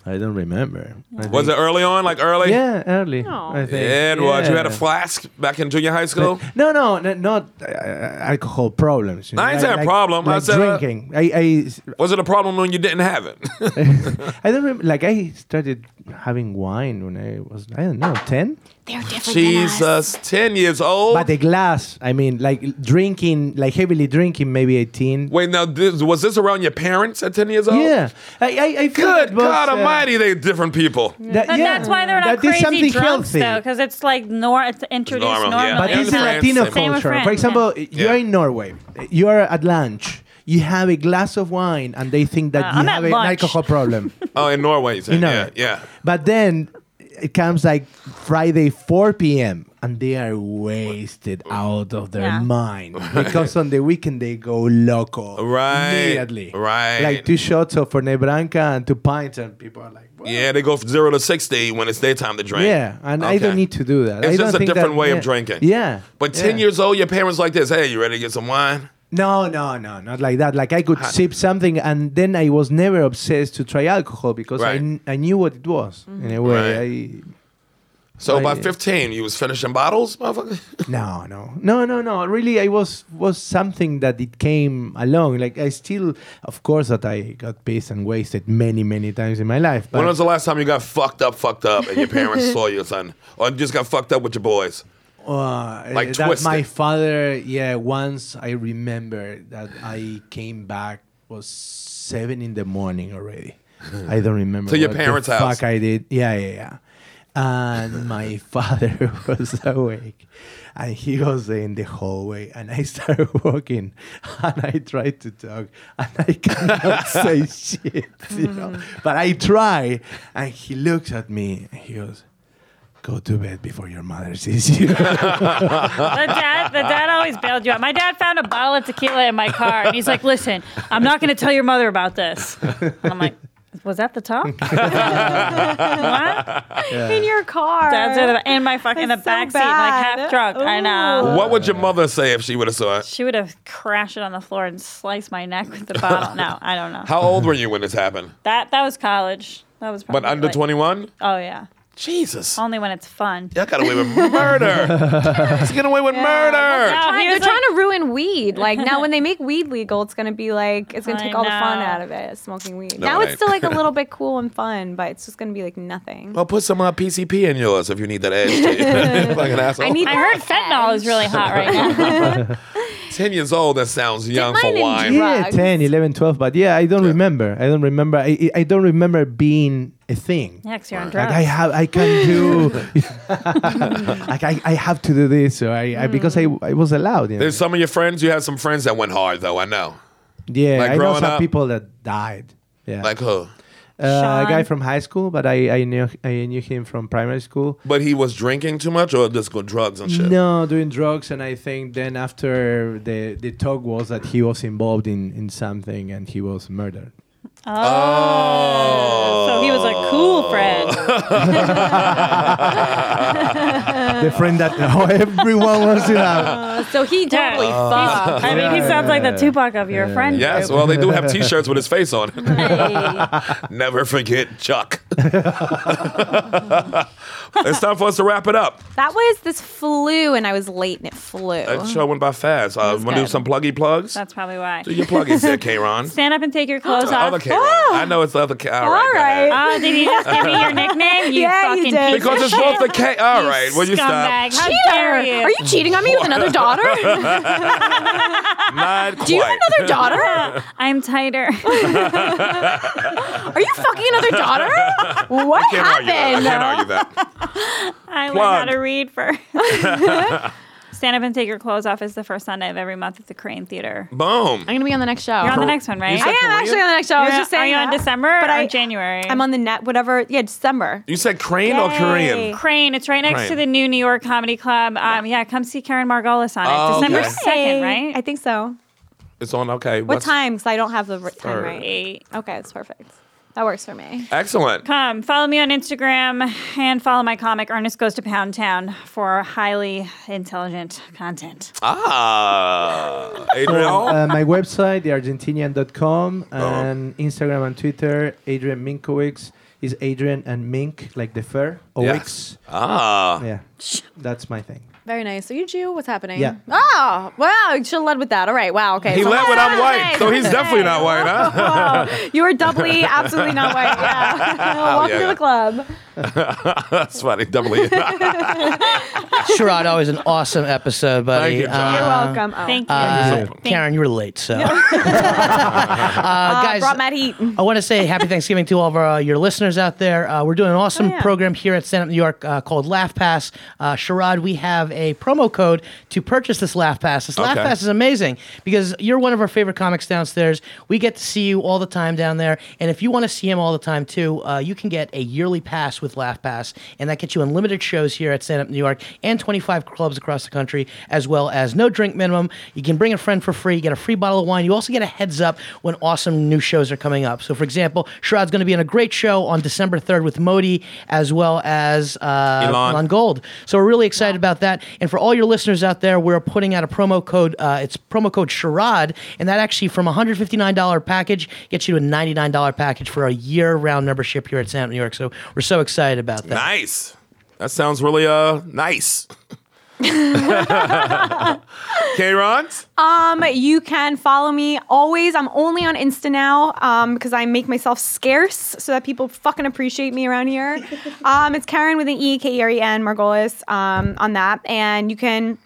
Speaker 9: I don't remember. I
Speaker 6: Was it early on? Like early?
Speaker 9: Yeah, early. I think.
Speaker 6: And what? You had a
Speaker 9: Yeah.
Speaker 6: flask back in junior high school?
Speaker 9: No, no, no not uh, alcohol problems. you
Speaker 6: I ain't
Speaker 9: like-
Speaker 6: saying
Speaker 9: like-
Speaker 6: problem, I
Speaker 9: Like
Speaker 6: said, uh,
Speaker 9: drinking. I,
Speaker 6: Was it a problem when you didn't
Speaker 9: [laughs]
Speaker 6: have it?
Speaker 9: I, I don't remember. Like I started having wine when I was I don't know ten.
Speaker 10: They're different than us.
Speaker 6: Jesus, 10 uh, years old.
Speaker 9: But the glass, I mean, like drinking, like heavily drinking, maybe eighteen.
Speaker 6: Wait, now, this, was this around your parents at 10 years old?
Speaker 9: Yeah, I, I, I feel
Speaker 6: Good
Speaker 9: that was,
Speaker 6: God
Speaker 9: uh,
Speaker 6: almighty, they different people.
Speaker 9: that-
Speaker 7: But
Speaker 9: yeah,
Speaker 7: that's why they're not
Speaker 9: that is
Speaker 7: crazy
Speaker 9: something
Speaker 7: drunks,
Speaker 9: healthy.
Speaker 7: though, because it's like nor it's introduced
Speaker 6: Normal, yeah.
Speaker 7: normally.
Speaker 9: But
Speaker 6: Yeah,
Speaker 9: this is
Speaker 6: in France,
Speaker 9: Latino
Speaker 6: same. Same
Speaker 7: with
Speaker 9: culture.
Speaker 7: France,
Speaker 9: For example,
Speaker 6: Yeah.
Speaker 9: you're in Norway. You are at lunch. You have a glass of wine, and they think that
Speaker 7: Uh,
Speaker 9: you
Speaker 7: I'm at
Speaker 9: have an
Speaker 7: lunch.
Speaker 9: alcohol
Speaker 7: [laughs]
Speaker 9: problem.
Speaker 6: Oh, in Norway, you said.
Speaker 9: You know
Speaker 6: yeah,
Speaker 9: it.
Speaker 6: yeah.
Speaker 9: But then it comes like Friday, 4 p.m., and they are wasted out of their
Speaker 7: Yeah.
Speaker 6: [laughs]
Speaker 9: mind because on the weekend they go loco.
Speaker 6: Right,
Speaker 9: Immediately.
Speaker 6: right.
Speaker 9: Like two shots of Fernet Branca and two pints, and people are like, "What?"
Speaker 6: Yeah, they go from zero to 60 when it's their time to drink.
Speaker 9: Yeah, and I
Speaker 6: Okay.
Speaker 9: don't need to do that.
Speaker 6: It's
Speaker 9: I don't
Speaker 6: just a
Speaker 9: think that-
Speaker 6: different way of
Speaker 9: yeah.
Speaker 6: drinking.
Speaker 9: Yeah.
Speaker 6: But 10
Speaker 9: yeah.
Speaker 6: years old, your parents like this. Hey, you ready to get some wine?
Speaker 9: No, no, no, not like that. Like I could
Speaker 6: Ah.
Speaker 9: sip something, and then I was never obsessed to try alcohol because I
Speaker 6: Right.
Speaker 9: kn- I knew what it was in a way. I,
Speaker 6: So by
Speaker 9: Right.
Speaker 6: 15, you was finishing bottles,
Speaker 9: [laughs]
Speaker 6: motherfucker?
Speaker 9: No, no, no, no, no. Really, I was was something that it came along. Like I still, of course, that I got pissed and wasted many, many times in my life. But
Speaker 6: When was the last time you got fucked up, fucked up, and your
Speaker 9: [laughs]
Speaker 6: parents saw you, son? Or just got fucked up with your boys?
Speaker 9: uh,
Speaker 6: like,
Speaker 9: that
Speaker 6: twisted?
Speaker 9: my father, yeah. Once I remember that I came back was seven in the morning already. I don't
Speaker 6: [laughs]
Speaker 9: remember.
Speaker 6: To your
Speaker 9: what
Speaker 6: parents'
Speaker 9: the
Speaker 6: house.
Speaker 9: Fuck, I did. Yeah, yeah, yeah.
Speaker 6: [laughs]
Speaker 9: And my father [laughs] was awake, and he was in the hallway, and I [laughs] started walking, and I tried to talk, and I [laughs] cannot
Speaker 6: [laughs]
Speaker 9: say shit, you know. But I try, and he looks at me, and he goes, "Go to bed before your mother sees
Speaker 6: [laughs]
Speaker 9: you."
Speaker 7: The dad, the dad always bailed you out. My dad found a bottle of tequila in my car, and he's like, "Listen, I'm not going to tell your mother about this." And I'm like, "Was that the
Speaker 9: [laughs]
Speaker 7: talk?" what?
Speaker 10: In your car.
Speaker 7: Dad's in, the- in my fucking in the
Speaker 10: That's so
Speaker 7: back seat, like half
Speaker 10: bad.
Speaker 7: drunk. I know.
Speaker 6: What would your
Speaker 9: Uh.
Speaker 6: mother say if she would have saw it?
Speaker 7: She would have crashed it on the floor and sliced my neck
Speaker 6: [laughs]
Speaker 7: with the bottle. No, I don't know.
Speaker 6: How old were you when this happened?
Speaker 7: That that was college. That was probably
Speaker 6: But under
Speaker 7: like-
Speaker 6: 21?
Speaker 7: Oh yeah.
Speaker 6: Jesus.
Speaker 7: Only when it's fun.
Speaker 6: Y'all got away with murder. He's getting away with murder.
Speaker 7: Now,
Speaker 10: They're
Speaker 7: Oh, here's
Speaker 10: trying to ruin weed. Like now, when they make weed legal, it's gonna be like it's gonna
Speaker 7: I
Speaker 10: take all the fun
Speaker 7: know.
Speaker 10: out of it. Smoking weed.
Speaker 6: No,
Speaker 10: now
Speaker 6: it
Speaker 10: it's still
Speaker 6: ain't.
Speaker 10: like a
Speaker 6: [laughs]
Speaker 10: little bit cool and fun, but it's just gonna be like nothing.
Speaker 6: Well, put some uh, PCP in yours if you need that edge. to you. [laughs] Fucking asshole.
Speaker 10: I need.
Speaker 7: I heard fentanyl is really hot
Speaker 9: [laughs]
Speaker 7: right now.
Speaker 6: Ten years old. That sounds young
Speaker 10: mine
Speaker 6: for
Speaker 10: in
Speaker 6: wine.
Speaker 10: June.
Speaker 9: Yeah,
Speaker 10: drugs.
Speaker 9: 10, 11, 12. But yeah, I don't remember. I don't remember. I, I- I don't remember being a thing.
Speaker 7: Next, you're on
Speaker 9: Like
Speaker 7: drugs.
Speaker 9: I have, I can do. [laughs] like I, I have to do this. So I, I because I, I was allowed. You know?
Speaker 6: There's some of your friends. You have some friends that went hard though. I know.
Speaker 9: yeah,
Speaker 6: like
Speaker 9: I know
Speaker 6: growing
Speaker 9: some
Speaker 6: up-
Speaker 9: people that died. Yeah,
Speaker 6: Like who?
Speaker 9: uh, a guy
Speaker 7: Sean.
Speaker 9: from high school, but I, I knew I knew him from primary school.
Speaker 6: But he was drinking too much, or just go drugs and shit.
Speaker 9: No, doing drugs, and I think then after the the talk was that he was involved in in something and he was murdered.
Speaker 6: Oh.
Speaker 7: So he was a cool friend.
Speaker 9: the friend that [laughs] oh, everyone wants to have.
Speaker 10: So he totally
Speaker 6: Uh,
Speaker 10: fucked.
Speaker 7: I mean, he sounds like the Tupac of your friend
Speaker 6: Yes.
Speaker 7: group.
Speaker 6: Well, they do have T-shirts with his face on. it. [laughs]
Speaker 7: Hey.
Speaker 6: Never forget Chuck. [laughs] it's time for us to wrap it up.
Speaker 10: That was this flu, and I was late, and it flew.
Speaker 6: That show went by fast. I want to do
Speaker 7: good.
Speaker 6: some pluggy plugs.
Speaker 7: That's probably why.
Speaker 6: do your pluggies
Speaker 10: [laughs]
Speaker 6: there, K-Ron.
Speaker 7: Stand up and take your clothes off.
Speaker 6: Other K-Ron. I know it's the other K. All
Speaker 10: All
Speaker 6: right.
Speaker 10: right.
Speaker 6: go ahead.
Speaker 7: Oh, did you just give me
Speaker 6: [laughs]
Speaker 7: your nickname? You
Speaker 10: Yeah, you
Speaker 7: fucking
Speaker 10: did.
Speaker 7: piece
Speaker 6: Because
Speaker 7: of
Speaker 6: it's both
Speaker 7: shit.
Speaker 6: the K. All right. Will you stop?
Speaker 7: Scumbag. How dare
Speaker 10: Cheater!
Speaker 7: you?
Speaker 10: Are you cheating on me with another
Speaker 6: [laughs]
Speaker 10: daughter?
Speaker 6: Not quite.
Speaker 10: [laughs] Do you have another daughter? [laughs]
Speaker 7: I'm tighter. [laughs]
Speaker 10: Are you fucking another
Speaker 6: [laughs]
Speaker 10: daughter? What
Speaker 6: [laughs] Can't argue that. I
Speaker 10: happened?
Speaker 6: can't argue that.
Speaker 7: I learned
Speaker 6: Plug.
Speaker 7: how to read
Speaker 6: [laughs]
Speaker 7: first. Stand up and take your clothes off is the first Sunday of every month at the Crane Theater.
Speaker 6: [laughs] Boom.
Speaker 10: I'm gonna be on the next show.
Speaker 7: You're on the next one, right?
Speaker 6: You said
Speaker 10: I am actually on the next show. I was
Speaker 7: You're-
Speaker 10: just saying.
Speaker 7: Are you on
Speaker 10: that.
Speaker 7: December
Speaker 10: But
Speaker 7: or
Speaker 10: I-
Speaker 7: January?
Speaker 10: I'm on the net, whatever. Yeah, December.
Speaker 6: You said crane or Korean?
Speaker 7: Crane. It's right next
Speaker 6: Crane.
Speaker 7: to the new New York Comedy Club. Um, yeah, come see Karen Margolis on it.
Speaker 6: Oh,
Speaker 7: December
Speaker 6: okay.
Speaker 7: 2nd, right?
Speaker 10: I think so.
Speaker 6: It's on. Okay.
Speaker 10: What time? Because I don't have the r- time
Speaker 6: Third.
Speaker 10: right. Okay, that's perfect. That works for me.
Speaker 6: Excellent.
Speaker 7: Come Um, follow me on Instagram and follow my comic Ernest Goes to Pound Town for highly intelligent
Speaker 6: [laughs]
Speaker 7: content.
Speaker 10: [laughs]
Speaker 6: Ah. Adrian.
Speaker 9: Uh, my website, theargentinian.com, and Instagram and Twitter, Adrian Minkowicz is Adrian and Mink, like the fur. Owicz.
Speaker 6: Ah.
Speaker 9: Yeah. That's my thing.
Speaker 10: Very nice. Are you Jew? What's happening?
Speaker 9: Yeah.
Speaker 10: Oh, wow. You should have led with that. All right. Wow. Okay.
Speaker 6: He
Speaker 10: So-
Speaker 6: led when I'm white, so he's definitely not white, huh?
Speaker 10: Wow. You are doubly, absolutely not white.
Speaker 7: [laughs]
Speaker 10: Yeah. Welcome
Speaker 6: yeah.
Speaker 10: to the
Speaker 6: [laughs]
Speaker 10: club.
Speaker 6: That's funny. E. Doubly.
Speaker 10: [laughs]
Speaker 11: Sherrod, always an awesome episode, buddy.
Speaker 6: Thank you, John.
Speaker 10: You're welcome. Oh.
Speaker 7: Thank you.
Speaker 11: Uh,
Speaker 7: Thank
Speaker 11: Karen, you were late, so. [laughs] uh,
Speaker 10: Uh,
Speaker 11: guys,
Speaker 10: brought Matt Heat.
Speaker 11: I want to say happy Thanksgiving to all of our, uh, your listeners out there. Uh, we're doing an awesome
Speaker 10: Oh, yeah.
Speaker 11: program here at Stand Up New York uh, called Laugh Pass. Uh, Sherrod, we have a promo code to purchase this Laugh Pass. This Laugh
Speaker 6: Okay.
Speaker 11: Pass is amazing because you're one of our favorite comics downstairs. We get to see you all the time down there. And if you want to see him all the time too, uh, you can get a yearly pass with Laugh Pass. And that gets you unlimited shows here at Stand Up New York and 25 clubs across the country, as well as no drink minimum. You can bring a friend for free. You get a free bottle of wine. You also get a heads up when awesome new shows are coming up. So, for example, Shroud's going to be in a great show on December 3rd with Modi, as well as uh,
Speaker 6: Elon.
Speaker 11: Elon Gold. So we're really excited about that. And for all your listeners out there, we're putting out a promo code. Uh, it's promo code Sherrod, and that actually from a hundred fifty nine dollar package gets you to a ninety nine dollar package for a year round membership here at Sam New York. So we're so excited about that.
Speaker 6: nice. That sounds really uh
Speaker 10: [laughs]
Speaker 6: nice. [laughs] K. Ron's.
Speaker 10: Um, you can follow me always. I'm only on Insta now um, because I make myself scarce so that people fucking appreciate me
Speaker 6: [laughs]
Speaker 10: around here. um, it's Karen with an E K E R E N Margolis um, on that, and you can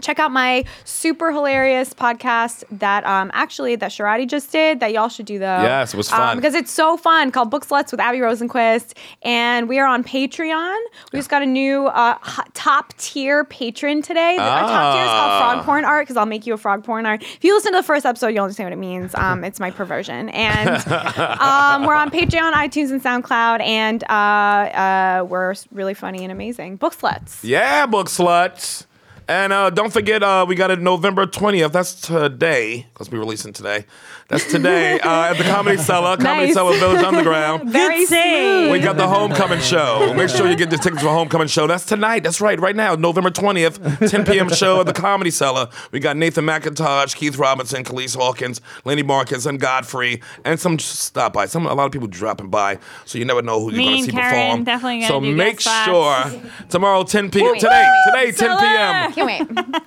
Speaker 10: check out my super hilarious podcast that um, actually that Sharati just did that y'all should do though.
Speaker 6: Yes, it was fun.
Speaker 10: Um, because it's so fun called Book Sluts with Abby Rosenquist, and we are on Patreon. We just got a new uh, top tier patron today.
Speaker 6: Oh,
Speaker 10: The- Our top tier is called
Speaker 6: Ah.
Speaker 10: Frog Porn Art because I'll make you a frog porn art. If you listen to the first episode, you'll understand what it means. Um, it's my perversion, and
Speaker 6: [laughs]
Speaker 10: um, we're on Patreon, iTunes, and SoundCloud, and uh, uh, we're really funny and amazing. Book Sluts.
Speaker 6: Yeah, book sluts. And uh, don't forget, uh, we got it November 20th. That's today, because we're releasing today. That's today uh, at the Comedy Cellar, Comedy
Speaker 10: Nice.
Speaker 6: Cellar Village Underground.
Speaker 10: Very
Speaker 7: save.
Speaker 6: We got the homecoming show. Make sure you get the tickets for homecoming show. That's tonight. That's right. Right now, November 20th, 10 p.m. show at the Comedy Cellar. We got Nathan McIntosh, Keith Robinson, Khalees Hawkins, Lenny Marcus, and Godfrey, and some stop by. Some a lot of people dropping by, so you never know who
Speaker 7: Me
Speaker 6: you're gonna
Speaker 7: and
Speaker 6: see
Speaker 7: Karen
Speaker 6: perform.
Speaker 7: definitely gonna
Speaker 6: so
Speaker 7: do
Speaker 6: make
Speaker 7: guest spots.
Speaker 6: sure tomorrow 10 p.m.
Speaker 10: Wait.
Speaker 6: Today, today 10
Speaker 7: Cellar.
Speaker 6: p.m.
Speaker 10: Can't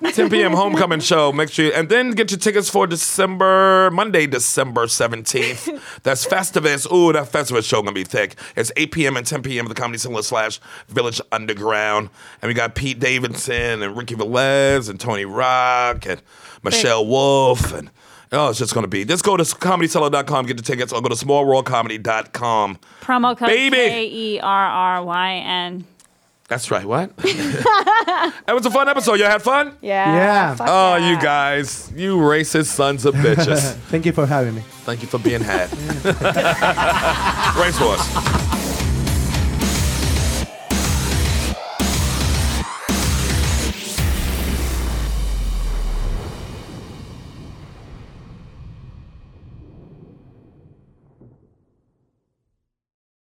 Speaker 6: [laughs]
Speaker 10: wait.
Speaker 6: 10 p.m. homecoming show. Make sure you, and then get your tickets for December, Monday, December 17th. That's Festivus. Ooh, that Festivus show gonna be thick. It's 8 p.m. and 10 p.m. at the Comedy Cellar slash Village Underground. And we got Pete Davidson and Ricky Velez and Tony Rock and Michelle Wolf and Oh, it's just going to be. Just go to comedyseller.com, get the tickets, or go to smallworldcomedy.com.
Speaker 7: Promo code
Speaker 6: Baby.
Speaker 7: K E R R Y N.
Speaker 6: That's right, what? that was a fun episode. Y'all had fun?
Speaker 10: Yeah.
Speaker 9: Yeah.
Speaker 10: Fuck
Speaker 6: Oh,
Speaker 10: yeah.
Speaker 6: you guys, you racist sons of
Speaker 9: [laughs]
Speaker 6: bitches.
Speaker 9: Thank you for having me.
Speaker 6: Thank you for being had. Race horse.